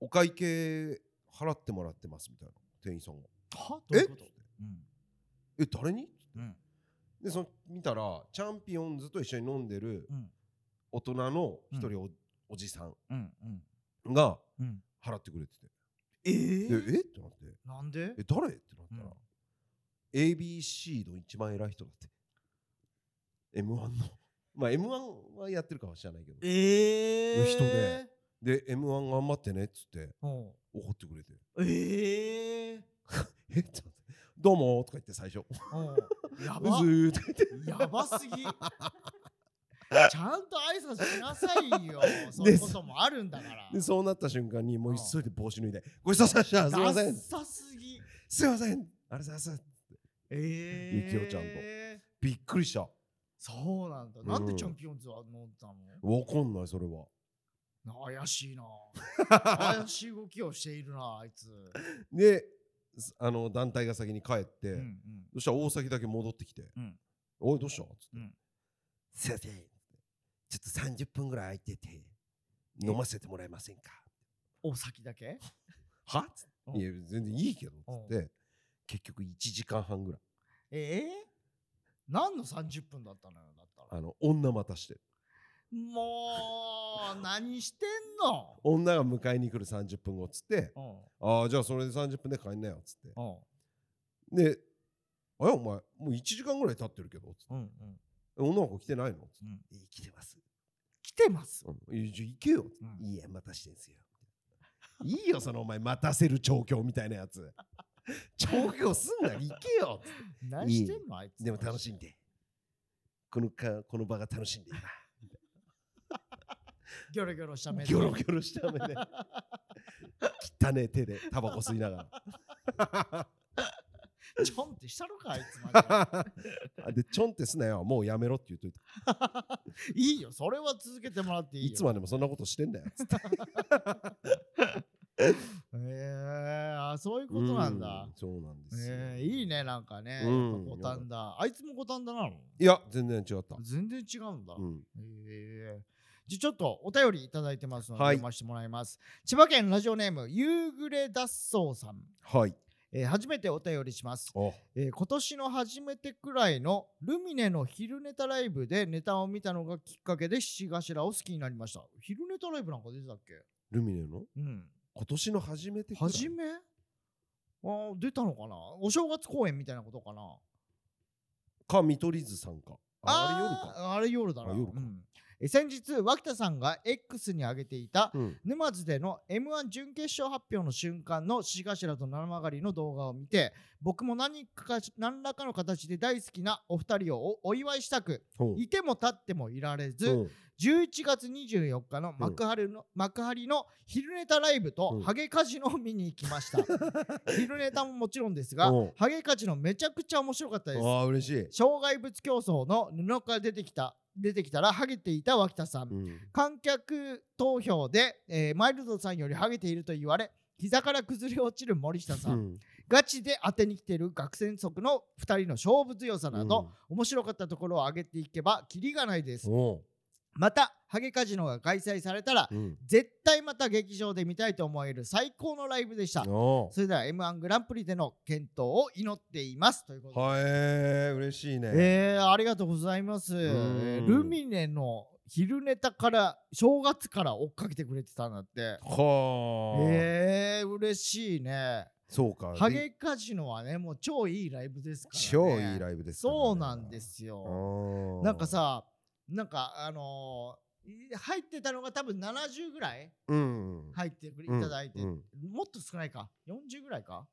Speaker 1: お会計払ってもらってますみたいな店員さんが
Speaker 2: は
Speaker 1: 「
Speaker 2: どういう
Speaker 1: えっ?」
Speaker 2: ことうん
Speaker 1: え誰に?」
Speaker 2: うん
Speaker 1: でその見たらチャンピオンズと一緒に飲んでる
Speaker 2: うん
Speaker 1: 大人の一人お,、おじさん
Speaker 2: うんうん
Speaker 1: が
Speaker 2: うん
Speaker 1: 払ってくれてて
Speaker 2: え
Speaker 1: 「
Speaker 2: ー
Speaker 1: でえっ?」てなって
Speaker 2: なんで
Speaker 1: え誰ってなったら、
Speaker 2: うん
Speaker 1: ABC の一番偉い人だって M1 の まあ M1 はやってるかは知らないけど
Speaker 2: え
Speaker 1: の人でで M1 頑張ってねっつって
Speaker 2: おう
Speaker 1: 怒ってくれて
Speaker 2: ええ
Speaker 1: えっってなってどうもーとか言って最初う
Speaker 2: おう やば
Speaker 1: ずーって言って
Speaker 2: やばす ぎちゃんと挨拶しなさいよそういうこともあるんだから
Speaker 1: でそうなった瞬間にもう
Speaker 2: うん
Speaker 1: 急いで帽子脱いで「ごちそうさまでしたすいませ
Speaker 2: ダ
Speaker 1: ん
Speaker 2: ッサすぎ
Speaker 1: すいませんありがとうございます
Speaker 2: ええ
Speaker 1: ゆきおちゃん
Speaker 2: と
Speaker 1: びっくりしたわ
Speaker 2: そうなんだなんでチャンピオンズは飲んだの
Speaker 1: かんないそれは
Speaker 2: 怪 しいな怪しい動きをしているなあいつ
Speaker 1: であの団体が先に帰って、
Speaker 2: うんうん
Speaker 1: そしたら大崎だけ戻ってきて「
Speaker 2: うん
Speaker 1: おいどうした?」っつって
Speaker 2: うん
Speaker 1: 「すいませんちょっと30分ぐらい空いてて飲ませてもらえませんか?
Speaker 2: お先だけ」
Speaker 1: はっつっ
Speaker 2: う
Speaker 1: て
Speaker 2: ん
Speaker 1: いや全然いいけど」
Speaker 2: うん
Speaker 1: っつって結局1時間半ぐらい
Speaker 2: ええ何の30分だったのよだった
Speaker 1: あ
Speaker 2: ら
Speaker 1: の女待たして
Speaker 2: もう何してんの
Speaker 1: 女が迎えに来る30分後っつって
Speaker 2: うん
Speaker 1: 「ああじゃあそれで30分で帰んなよ」っつって
Speaker 2: うん
Speaker 1: で「あれお前もう1時間ぐらい経ってるけど」つって
Speaker 2: うんうん
Speaker 1: 「女の子来てないの?」つって
Speaker 2: うん
Speaker 1: 「え来てます」
Speaker 2: 来てます
Speaker 1: うんいやじゃあ行けよ、
Speaker 2: うん
Speaker 1: いいや待たしてんすよいいよそのお前待たせる調教みたいなや つ調教すんなら行けよ
Speaker 2: 何してんのあいつ
Speaker 1: でも楽しんでこのかこの場が楽しんで
Speaker 2: ギョロギョロした
Speaker 1: 今
Speaker 2: 目で
Speaker 1: ギョロギョロした目で汚ね手でタバコ吸いなが
Speaker 2: ちょんってしたのかあいつま で
Speaker 1: らあでちょんってすなよもうやめろって言うといて
Speaker 2: いいよそれは続けてもらっていい
Speaker 1: い
Speaker 2: よ
Speaker 1: つまでもそんなことしてんだよつって
Speaker 2: へえあ そういうことなんだ
Speaker 1: う。そうなんですよ、
Speaker 2: ええいいねなんかね、
Speaker 1: うん
Speaker 2: やっぱ五反田あいつも五反田なの
Speaker 1: いや全然違った、
Speaker 2: 全然違うんだ。
Speaker 1: うん、
Speaker 2: ええじゃあちょっとお便りいただいてますので
Speaker 1: はい
Speaker 2: 読ませてもらいます。千葉県ラジオネーム夕暮れ脱走さん、
Speaker 1: はい
Speaker 2: えー初めてお便りします。
Speaker 1: あ
Speaker 2: えー今年の初めてくらいのルミネの昼ネタライブでネタを見たのがきっかけで七頭を好きになりました。昼ネタライブなんか出てたっけ
Speaker 1: ルミネの
Speaker 2: うん。
Speaker 1: 今年の初めてくらい
Speaker 2: 初めあー出たのかなお正月公演みたいなことかな
Speaker 1: か見取り図さんかああれ夜か
Speaker 2: あーあれ夜だな
Speaker 1: あ夜か
Speaker 2: うんえ先日脇田さんが X に上げていた
Speaker 1: うん
Speaker 2: 沼津での m 1準決勝発表の瞬間の獅子頭と七曲りの動画を見て僕も何かし何らかの形で大好きなお二人をおお祝いしたく
Speaker 1: ほう
Speaker 2: いても立ってもいられず、
Speaker 1: うん
Speaker 2: 11月24日の幕張の,、幕張の昼ネタライブ
Speaker 1: う
Speaker 2: と
Speaker 1: ん
Speaker 2: ハゲカジノを見に行き ました、昼ネタももちろんですが
Speaker 1: うん
Speaker 2: ハゲカジノめちゃくちゃ面白かったです
Speaker 1: ああ嬉しい、
Speaker 2: 障害物競争の布から出てきた出てきたらハゲていた脇田さん、
Speaker 1: うん
Speaker 2: 観客投票で、えーマイルドさんよりハゲていると言われ膝から崩れ落ちる森下さん、
Speaker 1: うん
Speaker 2: ガチで当てに来ている学生足の2人の勝負強さなど、面白かったところを上げていけばキリがないです
Speaker 1: うんお
Speaker 2: またハゲカジノが開催されたら
Speaker 1: ううん
Speaker 2: 絶対また劇場で見たいと思える最高のライブでした
Speaker 1: お
Speaker 2: それでは m 1グランプリでの健闘を祈っていますというこ
Speaker 1: う
Speaker 2: とで、
Speaker 1: はいえー嬉しいね、
Speaker 2: えーありがとうございますえールミネの昼ネタから正月から追っかけてくれてたんだって
Speaker 1: はあ、
Speaker 2: えー、嬉しいね
Speaker 1: そうか
Speaker 2: ハゲカジノはねもう超いいライブですから、ね、
Speaker 1: 超いいライブですからね
Speaker 2: そうなんですよ、
Speaker 1: ああ
Speaker 2: なんかさ、なんかあのーい入ってたのが多分70ぐらい
Speaker 1: うん
Speaker 2: 入ってくれい
Speaker 1: うん
Speaker 2: ただいて、
Speaker 1: うん
Speaker 2: もっと少ないか、40ぐらいか。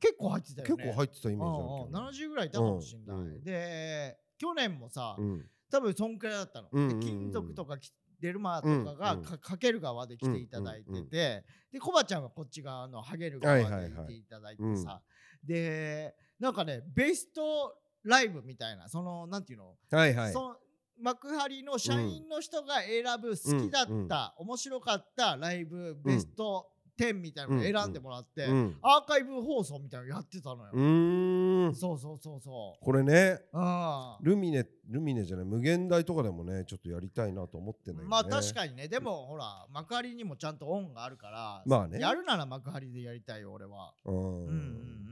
Speaker 2: 結構入ってたよね。
Speaker 1: 結構入ってたイメージあるけど
Speaker 2: うんうん70ぐらいいたかもしんない。
Speaker 1: うんうん
Speaker 2: で、去年もさ、
Speaker 1: うん
Speaker 2: 多分そんくらいだったの。
Speaker 1: うんうんうん
Speaker 2: で金属とかきデルマーとかが
Speaker 1: うんうん
Speaker 2: かかける側で来ていただいてて、
Speaker 1: うんうんうん
Speaker 2: でコバちゃんはこっち側のハゲる
Speaker 1: は
Speaker 2: 側
Speaker 1: い
Speaker 2: で
Speaker 1: はいはい
Speaker 2: 来ていただいてさ、でなんかねベストライブみたいなそのなんていうの、
Speaker 1: はいはい
Speaker 2: そ幕張の社員の人が選ぶ好きだった、
Speaker 1: うんうん
Speaker 2: 面白かったライブベスト10みたいなのを選んでもらって、
Speaker 1: うん
Speaker 2: アーカイブ放送みたいなのやってたのよ。
Speaker 1: うーん
Speaker 2: そうそうそうそ
Speaker 1: これね
Speaker 2: う。うん
Speaker 1: ルミネルミネじゃない無限大とかでもねちょっとやりたいなと思ってんだけどね
Speaker 2: まあ確かにねでもほら幕張にもちゃんと音があるから、
Speaker 1: まあね
Speaker 2: やるなら幕張でやりたいよ俺は
Speaker 1: う
Speaker 2: うん
Speaker 1: ん
Speaker 2: うんうん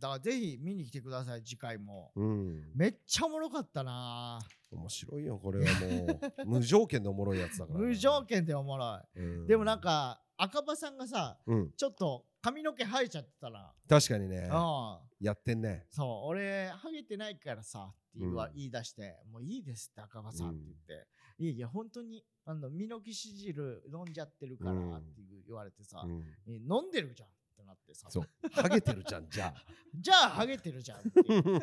Speaker 2: だからぜひ見に来てください次回も
Speaker 1: うん
Speaker 2: めっちゃおもろかったな
Speaker 1: 面白いよこれはも う無条件でおもろいやつだからね
Speaker 2: 無条件でおもろ
Speaker 1: うん
Speaker 2: いでもなんか赤羽さんがさ
Speaker 1: うん
Speaker 2: ちょっと髪の毛生えちゃってたら、
Speaker 1: 確かにね
Speaker 2: うん
Speaker 1: やってんね
Speaker 2: そう俺ハゲてないからさって言わ、
Speaker 1: うん
Speaker 2: 言い出してもういいですって赤羽さんって言って、いやいや本当にあのミノキシ汁飲んじゃってるから
Speaker 1: うん
Speaker 2: って言われてさ、
Speaker 1: うん
Speaker 2: え飲んでるじゃんってなってさ
Speaker 1: そうハゲてるじゃんじ ゃ
Speaker 2: じゃあハゲてるじゃんっ ていう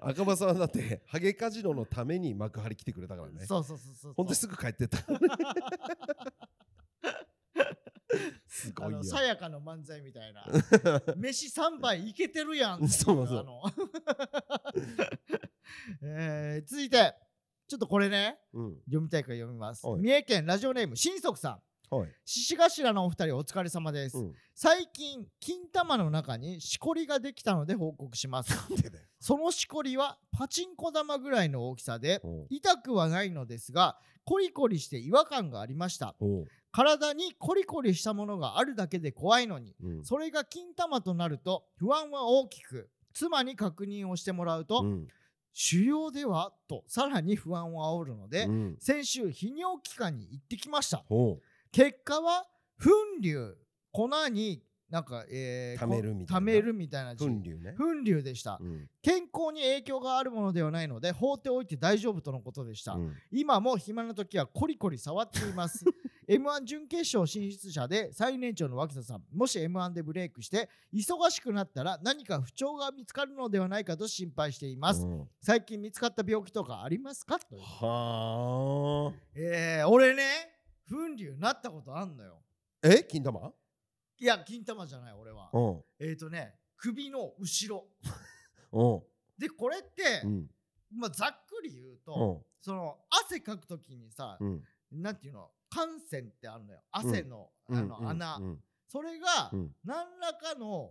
Speaker 1: あ赤羽さんはだってハゲカジノのために幕張来てくれたからね
Speaker 2: そうそうそうそう
Speaker 1: ほんとすぐ帰ってったす
Speaker 2: あ
Speaker 1: ごいよ
Speaker 2: のさやかの漫才みたい な飯3杯いけてるやんってい
Speaker 1: そうそう
Speaker 2: あの えー続いてちょっとこれね
Speaker 1: うん
Speaker 2: 読みたいから読みます
Speaker 1: はい
Speaker 2: 三重県ラジオネーム新足さん
Speaker 1: はい
Speaker 2: 獅子頭のお二人お疲れ様です、
Speaker 1: うん
Speaker 2: 最近金玉の中にしこりができたので報告 します
Speaker 1: なんでだよ
Speaker 2: そのしこりはパチンコ玉ぐらいの大きさで
Speaker 1: おう
Speaker 2: 痛くはないのですがコリコリして違和感がありました
Speaker 1: おう
Speaker 2: 体にコリコリしたものがあるだけで怖いのに
Speaker 1: うん
Speaker 2: それが金玉となると不安は大きく妻に確認をしてもらうと、
Speaker 1: うん
Speaker 2: 腫瘍ではとさらに不安を煽るので、
Speaker 1: うん
Speaker 2: 先週泌尿器科に行ってきました
Speaker 1: おう
Speaker 2: 結果は粉瘤粉になんか、えー
Speaker 1: 溜めるみたいな
Speaker 2: こ溜めるみたいな字
Speaker 1: 粉流ね
Speaker 2: 粉瘤でした
Speaker 1: うん
Speaker 2: 健康に影響があるものではないので放っておいて大丈夫とのことでした、
Speaker 1: うん
Speaker 2: 今も暇な時はコリコリ触っています M1 準決勝進出者で最年長の脇田さんもし M1 でブレイクして忙しくなったら何か不調が見つかるのではないかと心配しています、
Speaker 1: うん
Speaker 2: 最近見つかった病気とかありますかという
Speaker 1: は
Speaker 2: えー、俺ね粉瘤なったことあんのよ
Speaker 1: あえ金玉
Speaker 2: いや金玉じゃない俺は
Speaker 1: うん
Speaker 2: えっ、ー、とね首の後ろ
Speaker 1: うん
Speaker 2: でこれって、
Speaker 1: うん
Speaker 2: まあ、ざっくり言うと、
Speaker 1: うん
Speaker 2: その汗かくときにさ、
Speaker 1: うん
Speaker 2: なんていうの汗腺ってあるのよ汗の,、あの穴、
Speaker 1: うん
Speaker 2: それが
Speaker 1: うん
Speaker 2: 何らかの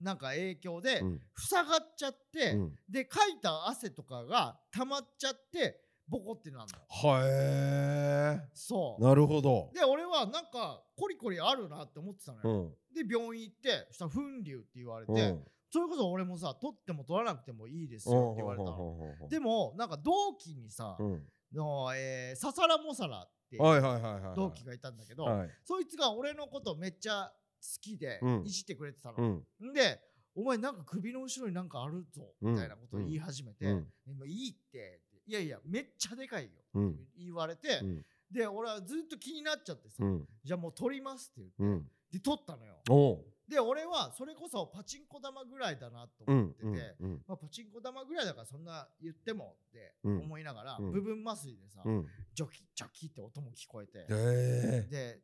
Speaker 2: なんか影響で
Speaker 1: うん
Speaker 2: 塞がっちゃって、
Speaker 1: うん
Speaker 2: でかいた汗とかが溜まっちゃってボコってなるのよ
Speaker 1: はえ
Speaker 2: そう
Speaker 1: なるほど
Speaker 2: で俺はなんかコリコリあるなって思ってたの
Speaker 1: う
Speaker 2: よ、
Speaker 1: ん
Speaker 2: で病院行ってそしたら粉瘤って言われて、
Speaker 1: うん
Speaker 2: それこそ俺もさ取っても取らなくてもいいです
Speaker 1: うん
Speaker 2: よって言われたの、
Speaker 1: うんうんうん
Speaker 2: でもなんか同期にさ、
Speaker 1: うん
Speaker 2: の、えー、ササラモサラって
Speaker 1: はいはいはいはい
Speaker 2: 同期がいたんだけど、
Speaker 1: はい
Speaker 2: そいつが俺のことめっちゃ好きで
Speaker 1: うん
Speaker 2: いじってくれてたの
Speaker 1: う、ん
Speaker 2: んで「お前なんか首の後ろになんかあるぞ」みたいなことを言い始めて「
Speaker 1: うん
Speaker 2: でもいいって」っていやいや、めっちゃでかいよ。
Speaker 1: うん
Speaker 2: 言われて、
Speaker 1: うん
Speaker 2: で、俺はずっと気になっちゃってさ、
Speaker 1: うん
Speaker 2: じゃあもう取りますって
Speaker 1: う
Speaker 2: 言って、
Speaker 1: ん
Speaker 2: で、取ったのよ。
Speaker 1: おう
Speaker 2: で、俺はそれこそパチンコ玉ぐらいだなと
Speaker 1: う
Speaker 2: 思っ
Speaker 1: ん
Speaker 2: てて、
Speaker 1: うんうん
Speaker 2: まあ、パチンコ玉ぐらいだからそんな言ってもって
Speaker 1: うん
Speaker 2: 思いながら、
Speaker 1: うん
Speaker 2: 部分麻酔でさ、
Speaker 1: うん
Speaker 2: ジョキジョキって音も聞こえて、
Speaker 1: へえ
Speaker 2: で、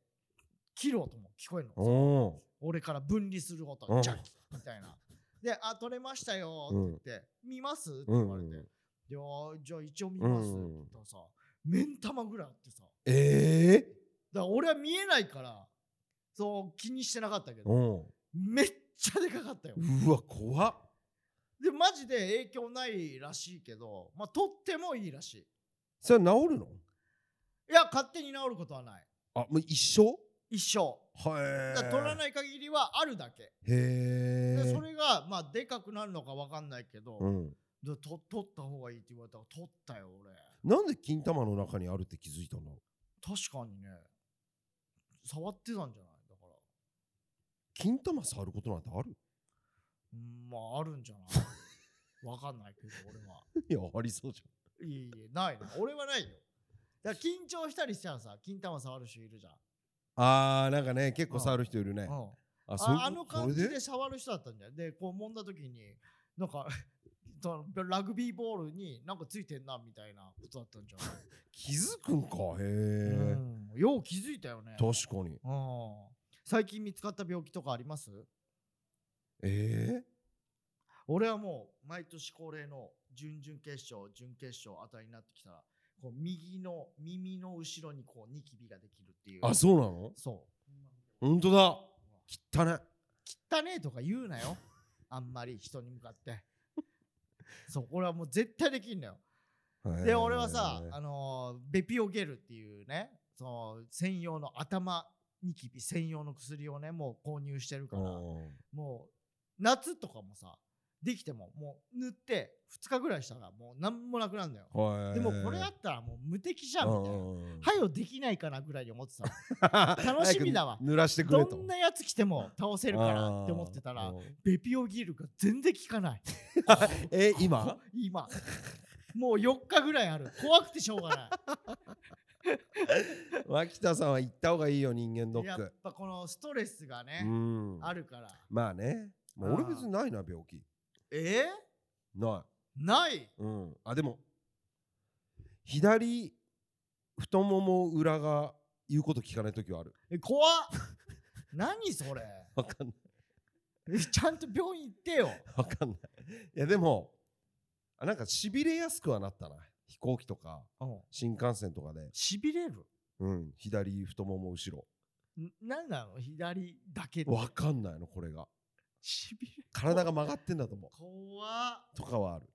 Speaker 2: 切る音も聞こえるの。
Speaker 1: おう
Speaker 2: 俺から分離する音
Speaker 1: う、ん
Speaker 2: ジャッキみたいな。で、あ、取れましたよって言って、見ますって
Speaker 1: うん
Speaker 2: 言われて、で、あじゃあ一応見ますって言ったらさ、目ん玉ぐらいあってさ、だか
Speaker 1: ええ
Speaker 2: ら俺は見えないから、そう気にしてなかったけど、
Speaker 1: おう
Speaker 2: めっちゃでかかったよ。
Speaker 1: うわ怖っ
Speaker 2: で、マジで影響ないらしいけど、まあ、取ってもいいらしい。
Speaker 1: それは治るの
Speaker 2: いや、勝手に治ることはない。
Speaker 1: あもう一生
Speaker 2: 一生。
Speaker 1: は
Speaker 2: だ
Speaker 1: い
Speaker 2: から取らない限りはあるだけ。
Speaker 1: へえ
Speaker 2: で、それが、まあ、でかくなるのかわかんないけど、
Speaker 1: うん
Speaker 2: でと取った方がいいって言われたから取ったよ俺
Speaker 1: なんで金玉の中にあるって気づいたの
Speaker 2: 確かにね触ってたんじゃないだから
Speaker 1: 金玉触ることなんてある
Speaker 2: うんまああるんじ ゃないわかんないけど俺はい
Speaker 1: やありそうじ
Speaker 2: いえいえないな俺はないよだから緊張したりしたらさ金玉触る人いるじゃん、
Speaker 1: ゃんあーなんかね結構触る人いるね
Speaker 2: うん、
Speaker 1: あそういう
Speaker 2: ああの感
Speaker 1: そ
Speaker 2: じ
Speaker 1: れ
Speaker 2: で触る人だったんだよでこう揉んだ時になんか そのラグビーボールになんかついてんなみたいなことだったんじゃない、
Speaker 1: 気づくんかへえ
Speaker 2: うん、よう気づいたよね
Speaker 1: 確かに
Speaker 2: うん最近見つかった病気とかあります
Speaker 1: え
Speaker 2: 俺はもう毎年恒例の準々決勝準決勝あたりになってきたらこう右の耳の後ろにこうニキビができるっていう
Speaker 1: ー、あそうなの
Speaker 2: そ
Speaker 1: 本当だ汚ね
Speaker 2: う汚ねえとか言うなよあんまり人に向かってそう俺はもう絶対できんのよで俺はさあのーベピオゲルっていうねその専用の頭ニキビ専用の薬をねもう購入してるからもう夏とかもさできてももう塗って2日ぐらいしたらもう何もなくなるんだよ
Speaker 1: はい
Speaker 2: でもこれやったらもう無敵じゃんみたいな。
Speaker 1: は
Speaker 2: はよできないかなぐらいに思 ってたの。
Speaker 1: い
Speaker 2: 楽しみだわ
Speaker 1: 早く濡らしてくれと
Speaker 2: どんなやつ来ても倒せるからって思ってた
Speaker 1: あ
Speaker 2: ら
Speaker 1: ー、
Speaker 2: ベピオギルが全然効かない。
Speaker 1: え今
Speaker 2: 今。もう4日ぐらいある。怖くてしょうが ない。
Speaker 1: 脇田さんは行った方がいいよ人間ドッ
Speaker 2: や
Speaker 1: ク
Speaker 2: っぱこのストレスが
Speaker 1: う
Speaker 2: ね、
Speaker 1: ん
Speaker 2: あるから。
Speaker 1: まあねまあ
Speaker 2: あー
Speaker 1: 俺別にないな病気
Speaker 2: え
Speaker 1: な
Speaker 2: ー、ない
Speaker 1: いうんあでも左太もも裏が言うこと聞かない時はある
Speaker 2: え怖っ何それ
Speaker 1: わかんない
Speaker 2: えちゃんと病院行ってよ。
Speaker 1: わかんないいやでもあなんかしびれやすくはなったな飛行機とか
Speaker 2: うん
Speaker 1: 新幹線とかで、
Speaker 2: しびれる
Speaker 1: うん、左太もも後
Speaker 2: ん何なの左だけで
Speaker 1: ろわかんないのこれが
Speaker 2: しびれる
Speaker 1: 体が曲がってんだと思
Speaker 2: 怖っ
Speaker 1: うとかはある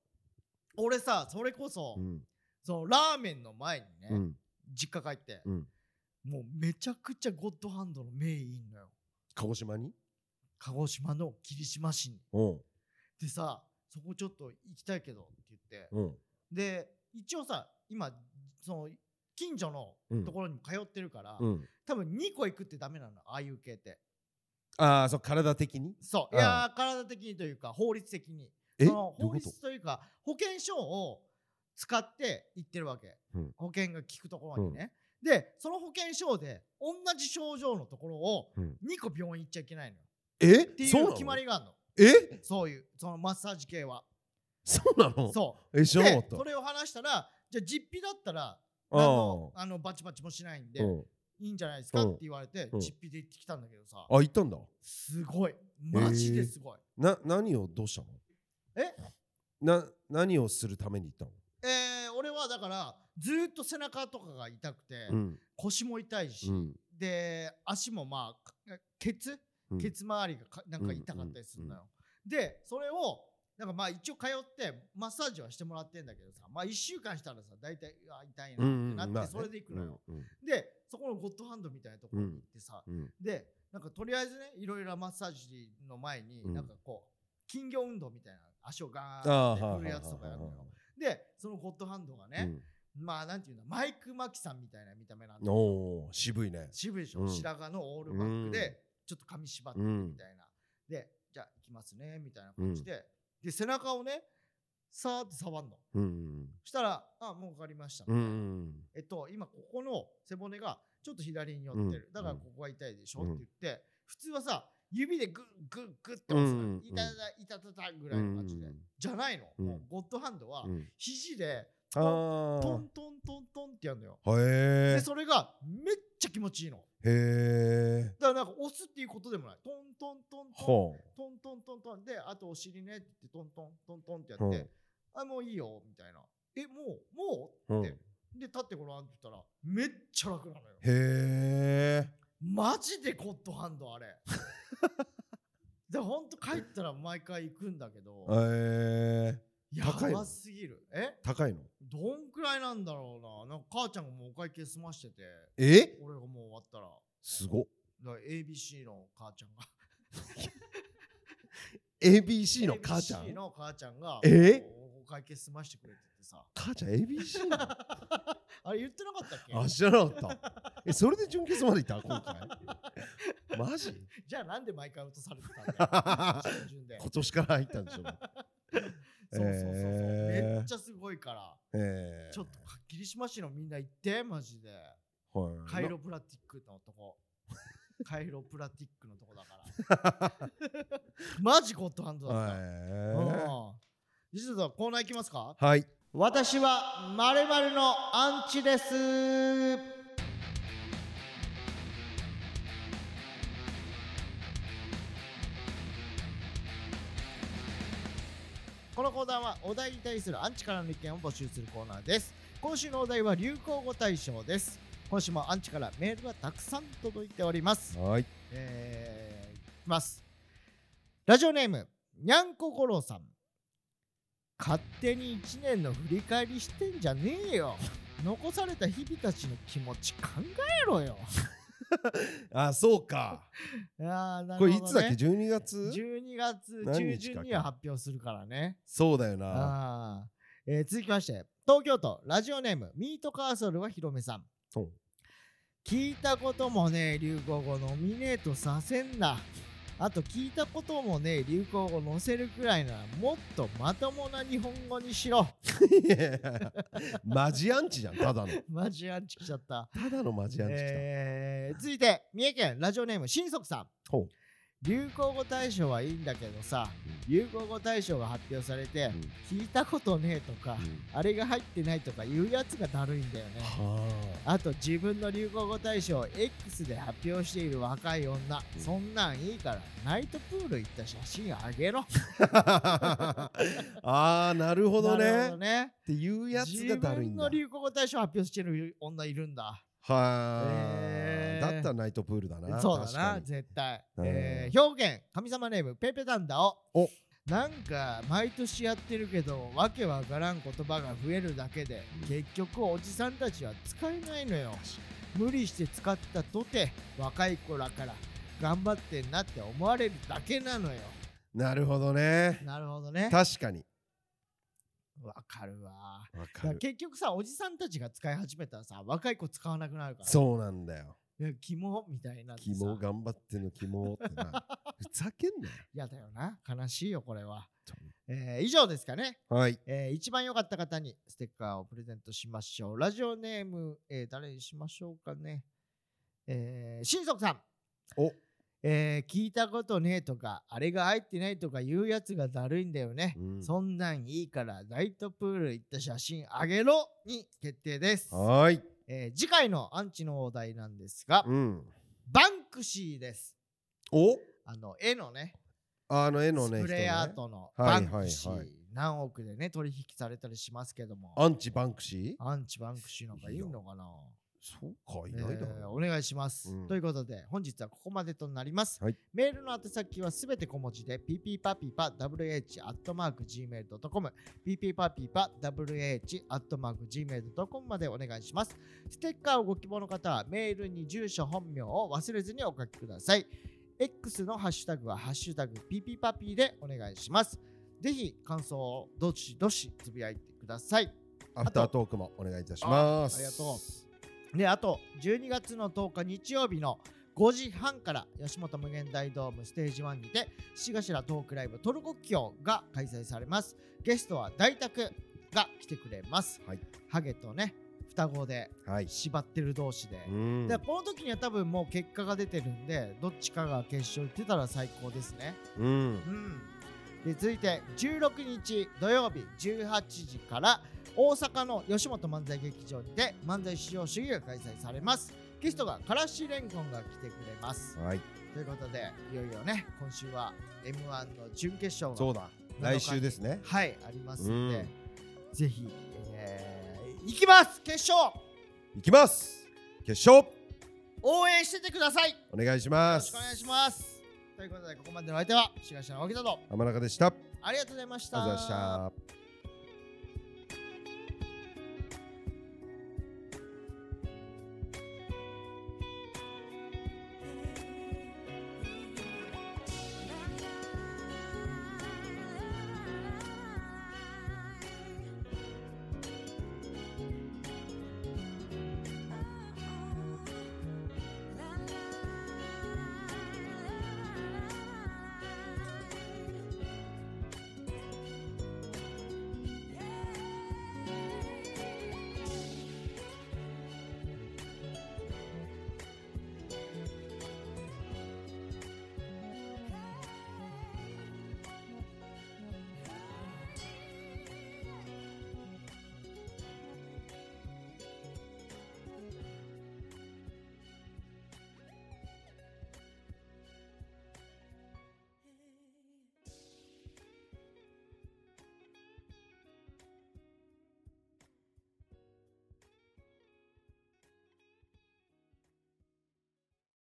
Speaker 2: 俺さそれこそ、
Speaker 1: うん
Speaker 2: そのラーメンの前にね、
Speaker 1: うん
Speaker 2: 実家帰って、
Speaker 1: うん
Speaker 2: もうめちゃくちゃゴッドハンドの名医いんのよ
Speaker 1: 鹿児島に
Speaker 2: 鹿児島の霧島市に
Speaker 1: うん
Speaker 2: でさそこちょっと行きたいけどって言って、
Speaker 1: うん
Speaker 2: で一応さ今その近所のところにも通ってるから、
Speaker 1: うん
Speaker 2: 多分2個行くってダメなのああいう系って
Speaker 1: ああそう体的に
Speaker 2: そういやー体的にというか法律的に
Speaker 1: え
Speaker 2: そ
Speaker 1: ど
Speaker 2: の
Speaker 1: ういうこ
Speaker 2: 法
Speaker 1: と
Speaker 2: 律というか保険証を使って行ってるわけ、
Speaker 1: うん
Speaker 2: 保険が効くところにね、でその保険証で同じ症状のところを
Speaker 1: うん
Speaker 2: 2個病院行っちゃいけないのよ
Speaker 1: え
Speaker 2: って
Speaker 1: そ
Speaker 2: いう
Speaker 1: な
Speaker 2: う
Speaker 1: の
Speaker 2: 決まりがあるの
Speaker 1: え
Speaker 2: そういうそのマッサージ系は
Speaker 1: そうなの
Speaker 2: そ
Speaker 1: え知
Speaker 2: う
Speaker 1: らなか
Speaker 2: で
Speaker 1: った
Speaker 2: それを話したらじゃあ実費だったら
Speaker 1: あ
Speaker 2: 何
Speaker 1: ー
Speaker 2: のあのバチバチもしないんで
Speaker 1: うん
Speaker 2: いいんじゃないですか
Speaker 1: う
Speaker 2: っ
Speaker 1: ん
Speaker 2: て言われて
Speaker 1: うん
Speaker 2: 実費で行ってきたんだけどさ
Speaker 1: あ行ったんだ
Speaker 2: すごいマジですごい
Speaker 1: な何をどうしたの
Speaker 2: え
Speaker 1: な何をするために行ったの
Speaker 2: えー、俺はだからずーっと背中とかが痛くて、
Speaker 1: うん
Speaker 2: 腰も痛いし、
Speaker 1: うん
Speaker 2: で足もまあかケツ
Speaker 1: うん
Speaker 2: ケツ周りがかなんか痛かったりするのよ、でそれをなんかまあ一応通ってマッサージはしてもらってんだけどさまあ1週間したらさ大体あ痛いなってなって、
Speaker 1: まあね
Speaker 2: それで行くのよ、
Speaker 1: うん
Speaker 2: でそこのゴッドハンドみたいなところに行ってさ、
Speaker 1: うんうん
Speaker 2: でなんかとりあえずねいろいろマッサージの前に、
Speaker 1: うん
Speaker 2: なんかこう金魚運動みたいな足をガーン
Speaker 1: あー
Speaker 2: って
Speaker 1: はい
Speaker 2: 振
Speaker 1: は
Speaker 2: る
Speaker 1: い
Speaker 2: や
Speaker 1: はい
Speaker 2: つとかやるのよ
Speaker 1: は
Speaker 2: でそのゴッドハンドが
Speaker 1: い
Speaker 2: ね、まあなんていうのマイク・マキさんみたいな見た目なん
Speaker 1: うん
Speaker 2: だ
Speaker 1: おー渋いね
Speaker 2: 渋いでしょ、
Speaker 1: うん
Speaker 2: 白髪のオールバック
Speaker 1: うん
Speaker 2: でちょっと髪縛っててみたいな、でじゃあ行きますねみたいな感じで、で背中をねさーって触んの
Speaker 1: うんうん
Speaker 2: そしたら「あもう分かりました」
Speaker 1: うんうん
Speaker 2: えっと今ここの背骨がちょっと左に寄ってる、
Speaker 1: うん
Speaker 2: だからここが痛いでしょって言って、普通はさ指でグッグッグッって
Speaker 1: う
Speaker 2: 押
Speaker 1: ん
Speaker 2: す、
Speaker 1: うんうん
Speaker 2: いたたたいたたたぐらいの感じで、
Speaker 1: うんうん
Speaker 2: じゃないの、
Speaker 1: うん
Speaker 2: もうゴッドハンドは
Speaker 1: うん
Speaker 2: 肘で
Speaker 1: あ
Speaker 2: ト
Speaker 1: ー
Speaker 2: ントントントンってやるのよ、
Speaker 1: へ
Speaker 2: でそれがめっちゃ気持ちいいの
Speaker 1: えへえ
Speaker 2: だからなんか押すっていうことでもないトントントントン
Speaker 1: ほう
Speaker 2: トントントントンであとお尻ねって言ってトントントントンってやって、
Speaker 1: うん
Speaker 2: あもういいよみたいなえもうもう、
Speaker 1: うん
Speaker 2: ってで立ってごらんって言ったらめっちゃ楽なのよ
Speaker 1: へえ
Speaker 2: マジでゴッドハンドあれ でほんと帰ったら毎回行くんだけど
Speaker 1: へえ
Speaker 2: や
Speaker 1: 高いの
Speaker 2: ばすぎるえ
Speaker 1: 高いの
Speaker 2: どんくらいなんだろうななんか母ちゃんがもうお会計済ましてて
Speaker 1: え
Speaker 2: 俺がもう終わったら
Speaker 1: すごっ
Speaker 2: だから ABC の母ちゃんが
Speaker 1: ABC の母ちゃ
Speaker 2: ABC
Speaker 1: ん
Speaker 2: の母ちゃんが
Speaker 1: え
Speaker 2: おお会計済ましてくれててさ
Speaker 1: 母ちゃん ABC なの
Speaker 2: あれ言ってなかったっけ
Speaker 1: あ知らなかったえそれで準決までいた今回 マジ
Speaker 2: じゃあなんで毎回落とされてたんだ よ新人で
Speaker 1: 今年から入ったんでし ょ
Speaker 2: そうそうそうそう、
Speaker 1: えー
Speaker 2: めっちゃすごいから
Speaker 1: ええ
Speaker 2: ちょっとはっきりしましのみんな行ってマジで
Speaker 1: はい
Speaker 2: カイロプラティックのとこカイロプラティックのとこだからマジゴッドハンドだった、
Speaker 1: は
Speaker 2: うん実はコーナー行きますか
Speaker 1: いはい
Speaker 2: 私はまるのアンチですこの講談はお題に対するアンチからの意見を募集するコーナーです今週のお題は流行語大賞です今週もアンチからメールがたくさん届いております
Speaker 1: はい
Speaker 2: えー、いきます。ラジオネーム、にゃんこごろうさん。勝手に1年の振り返りしてんじゃねえよ。残された日々たちの気持ち考えろよ。
Speaker 1: あそうか
Speaker 2: あー
Speaker 1: こ
Speaker 2: なるほど
Speaker 1: れ
Speaker 2: ね
Speaker 1: いつだっけ12月
Speaker 2: ?12 月
Speaker 1: 何
Speaker 2: 中
Speaker 1: 日だ
Speaker 2: 旬
Speaker 1: っけ
Speaker 2: には発表するからね。
Speaker 1: そうだよな
Speaker 2: あーえー続きまして、東京都ラジオネーム、ミートカーソルはひろめさん。
Speaker 1: そう
Speaker 2: 聞いたこともねえ流行語ノミネートさせんなあと聞いたこともねえ流行語載せるくらいならもっとまともな日本語にしろ
Speaker 1: いやいやいやマジアンチじゃんただの
Speaker 2: マジアンチ来ちゃった
Speaker 1: ただのマジアンチきた、
Speaker 2: えー続いて三重県ラジオネーム新足さん
Speaker 1: ほ
Speaker 2: 流行語大賞はいいんだけどさ流行語大賞が発表されて
Speaker 1: う、
Speaker 2: 聞いたことねえとか
Speaker 1: うんうん
Speaker 2: あれが入ってないとか言うやつがだるいんだよね
Speaker 1: はあ
Speaker 2: あと自分の流行語大賞を X で発表している若い女、
Speaker 1: うん
Speaker 2: そんなんいいからナイトプール行った写真あげろ
Speaker 1: あ ーなるほどね
Speaker 2: なる
Speaker 1: っ
Speaker 2: ほどね
Speaker 1: ていうやつがだるいん
Speaker 2: 自分の
Speaker 1: だ
Speaker 2: 流行語大賞発表してる女いるんだ
Speaker 1: はあ、
Speaker 2: えー
Speaker 1: だったらナイトプールだな
Speaker 2: そうだ
Speaker 1: 確か
Speaker 2: な
Speaker 1: に
Speaker 2: 絶対、
Speaker 1: うん
Speaker 2: えー兵庫県神様ネームペペタンダを
Speaker 1: お
Speaker 2: なんか毎年やってるけどわけわからん言葉が増えるだけで
Speaker 1: うん
Speaker 2: 結局おじさんたちは使えないのよ無理して使ったとて若い子らから頑張ってんなって思われるだけなのよ
Speaker 1: なるほどね
Speaker 2: なるほどね
Speaker 1: 確かに
Speaker 2: わかるわ
Speaker 1: わ
Speaker 2: だ
Speaker 1: か
Speaker 2: から
Speaker 1: る
Speaker 2: 結局さおじさんたちが使い始めたらさ若い子使わなくなるから
Speaker 1: そうなんだよ
Speaker 2: いやキモみたいになってさ
Speaker 1: 肝頑張っての肝って なふざけんなよ
Speaker 2: やだよな悲しいよこれは
Speaker 1: ちょ、
Speaker 2: えー以上ですかね
Speaker 1: はい
Speaker 2: えー一番良かった方にステッカーをプレゼントしましょう。ラジオネーム、えー誰にしましょうかね。えー、新足さん。
Speaker 1: お
Speaker 2: えー聞いたことねえとか、あれが入ってないとか言うやつがだるいんだよね。
Speaker 1: うん
Speaker 2: そんなんいいから、ナイトプール行った写真あげろに決定です。
Speaker 1: はーい
Speaker 2: えー次回のアンチのお題なんですが、
Speaker 1: うん
Speaker 2: バンクシーです。
Speaker 1: お
Speaker 2: あの、絵のね、
Speaker 1: あの絵のね
Speaker 2: スプレー
Speaker 1: 人
Speaker 2: ア
Speaker 1: のね
Speaker 2: ートの
Speaker 1: は
Speaker 2: バ
Speaker 1: い
Speaker 2: ンクシー、
Speaker 1: はいはい
Speaker 2: 何億でね、取引されたりしますけども。
Speaker 1: アンチバンクシー
Speaker 2: アンチバンクシーなんか言うのかな
Speaker 1: そうかい
Speaker 2: え
Speaker 1: ないだ
Speaker 2: ー
Speaker 1: ろ
Speaker 2: お願いします、
Speaker 1: うん
Speaker 2: ということで本日はここまでとなります、
Speaker 1: はい
Speaker 2: メールの宛先はすべて小文字で pppapipawh.gmail.com pppapipawh.gmail.com までお願いしますステッカーをご希望の方はメールに住所本名を忘れずにお書きください X のハッシュタグは「ハッシュタグ #PPPAPI」でお願いしますぜひ感想をどしどしつぶやいてください
Speaker 1: アフタートークもお願いいたします
Speaker 2: あありがとうであと12月の10日日曜日の5時半から吉本無限大ドームステージ1にて七頭トークライブトルコキョが開催されますゲストは大宅が来てくれます、
Speaker 1: はい
Speaker 2: ハゲとね双子で
Speaker 1: はい。
Speaker 2: 縛ってる同士で、
Speaker 1: うん
Speaker 2: でこの時には多分もう結果が出てるんでどっちかが決勝行ってたら最高ですね
Speaker 1: うん。
Speaker 2: うん、で続いて16日土曜日18時から大阪の吉本漫才劇場にて漫才至上主義が開催されますゲストがからしれんこんが来てくれます
Speaker 1: はい。
Speaker 2: ということでいよいよね今週は m 1の準決勝
Speaker 1: そ
Speaker 2: が
Speaker 1: うだ。来週ですね。
Speaker 2: はいありますので、
Speaker 1: うん
Speaker 2: ぜひ、えー、行きます決勝
Speaker 1: いきます。決勝。
Speaker 2: 応援しててくださいよ
Speaker 1: お願いしま
Speaker 2: ろし
Speaker 1: す。
Speaker 2: くお願いしますということでここまでのお相手は東野脇田と
Speaker 1: す。天中でした。あり
Speaker 2: ありがとうございました
Speaker 1: がとうございました。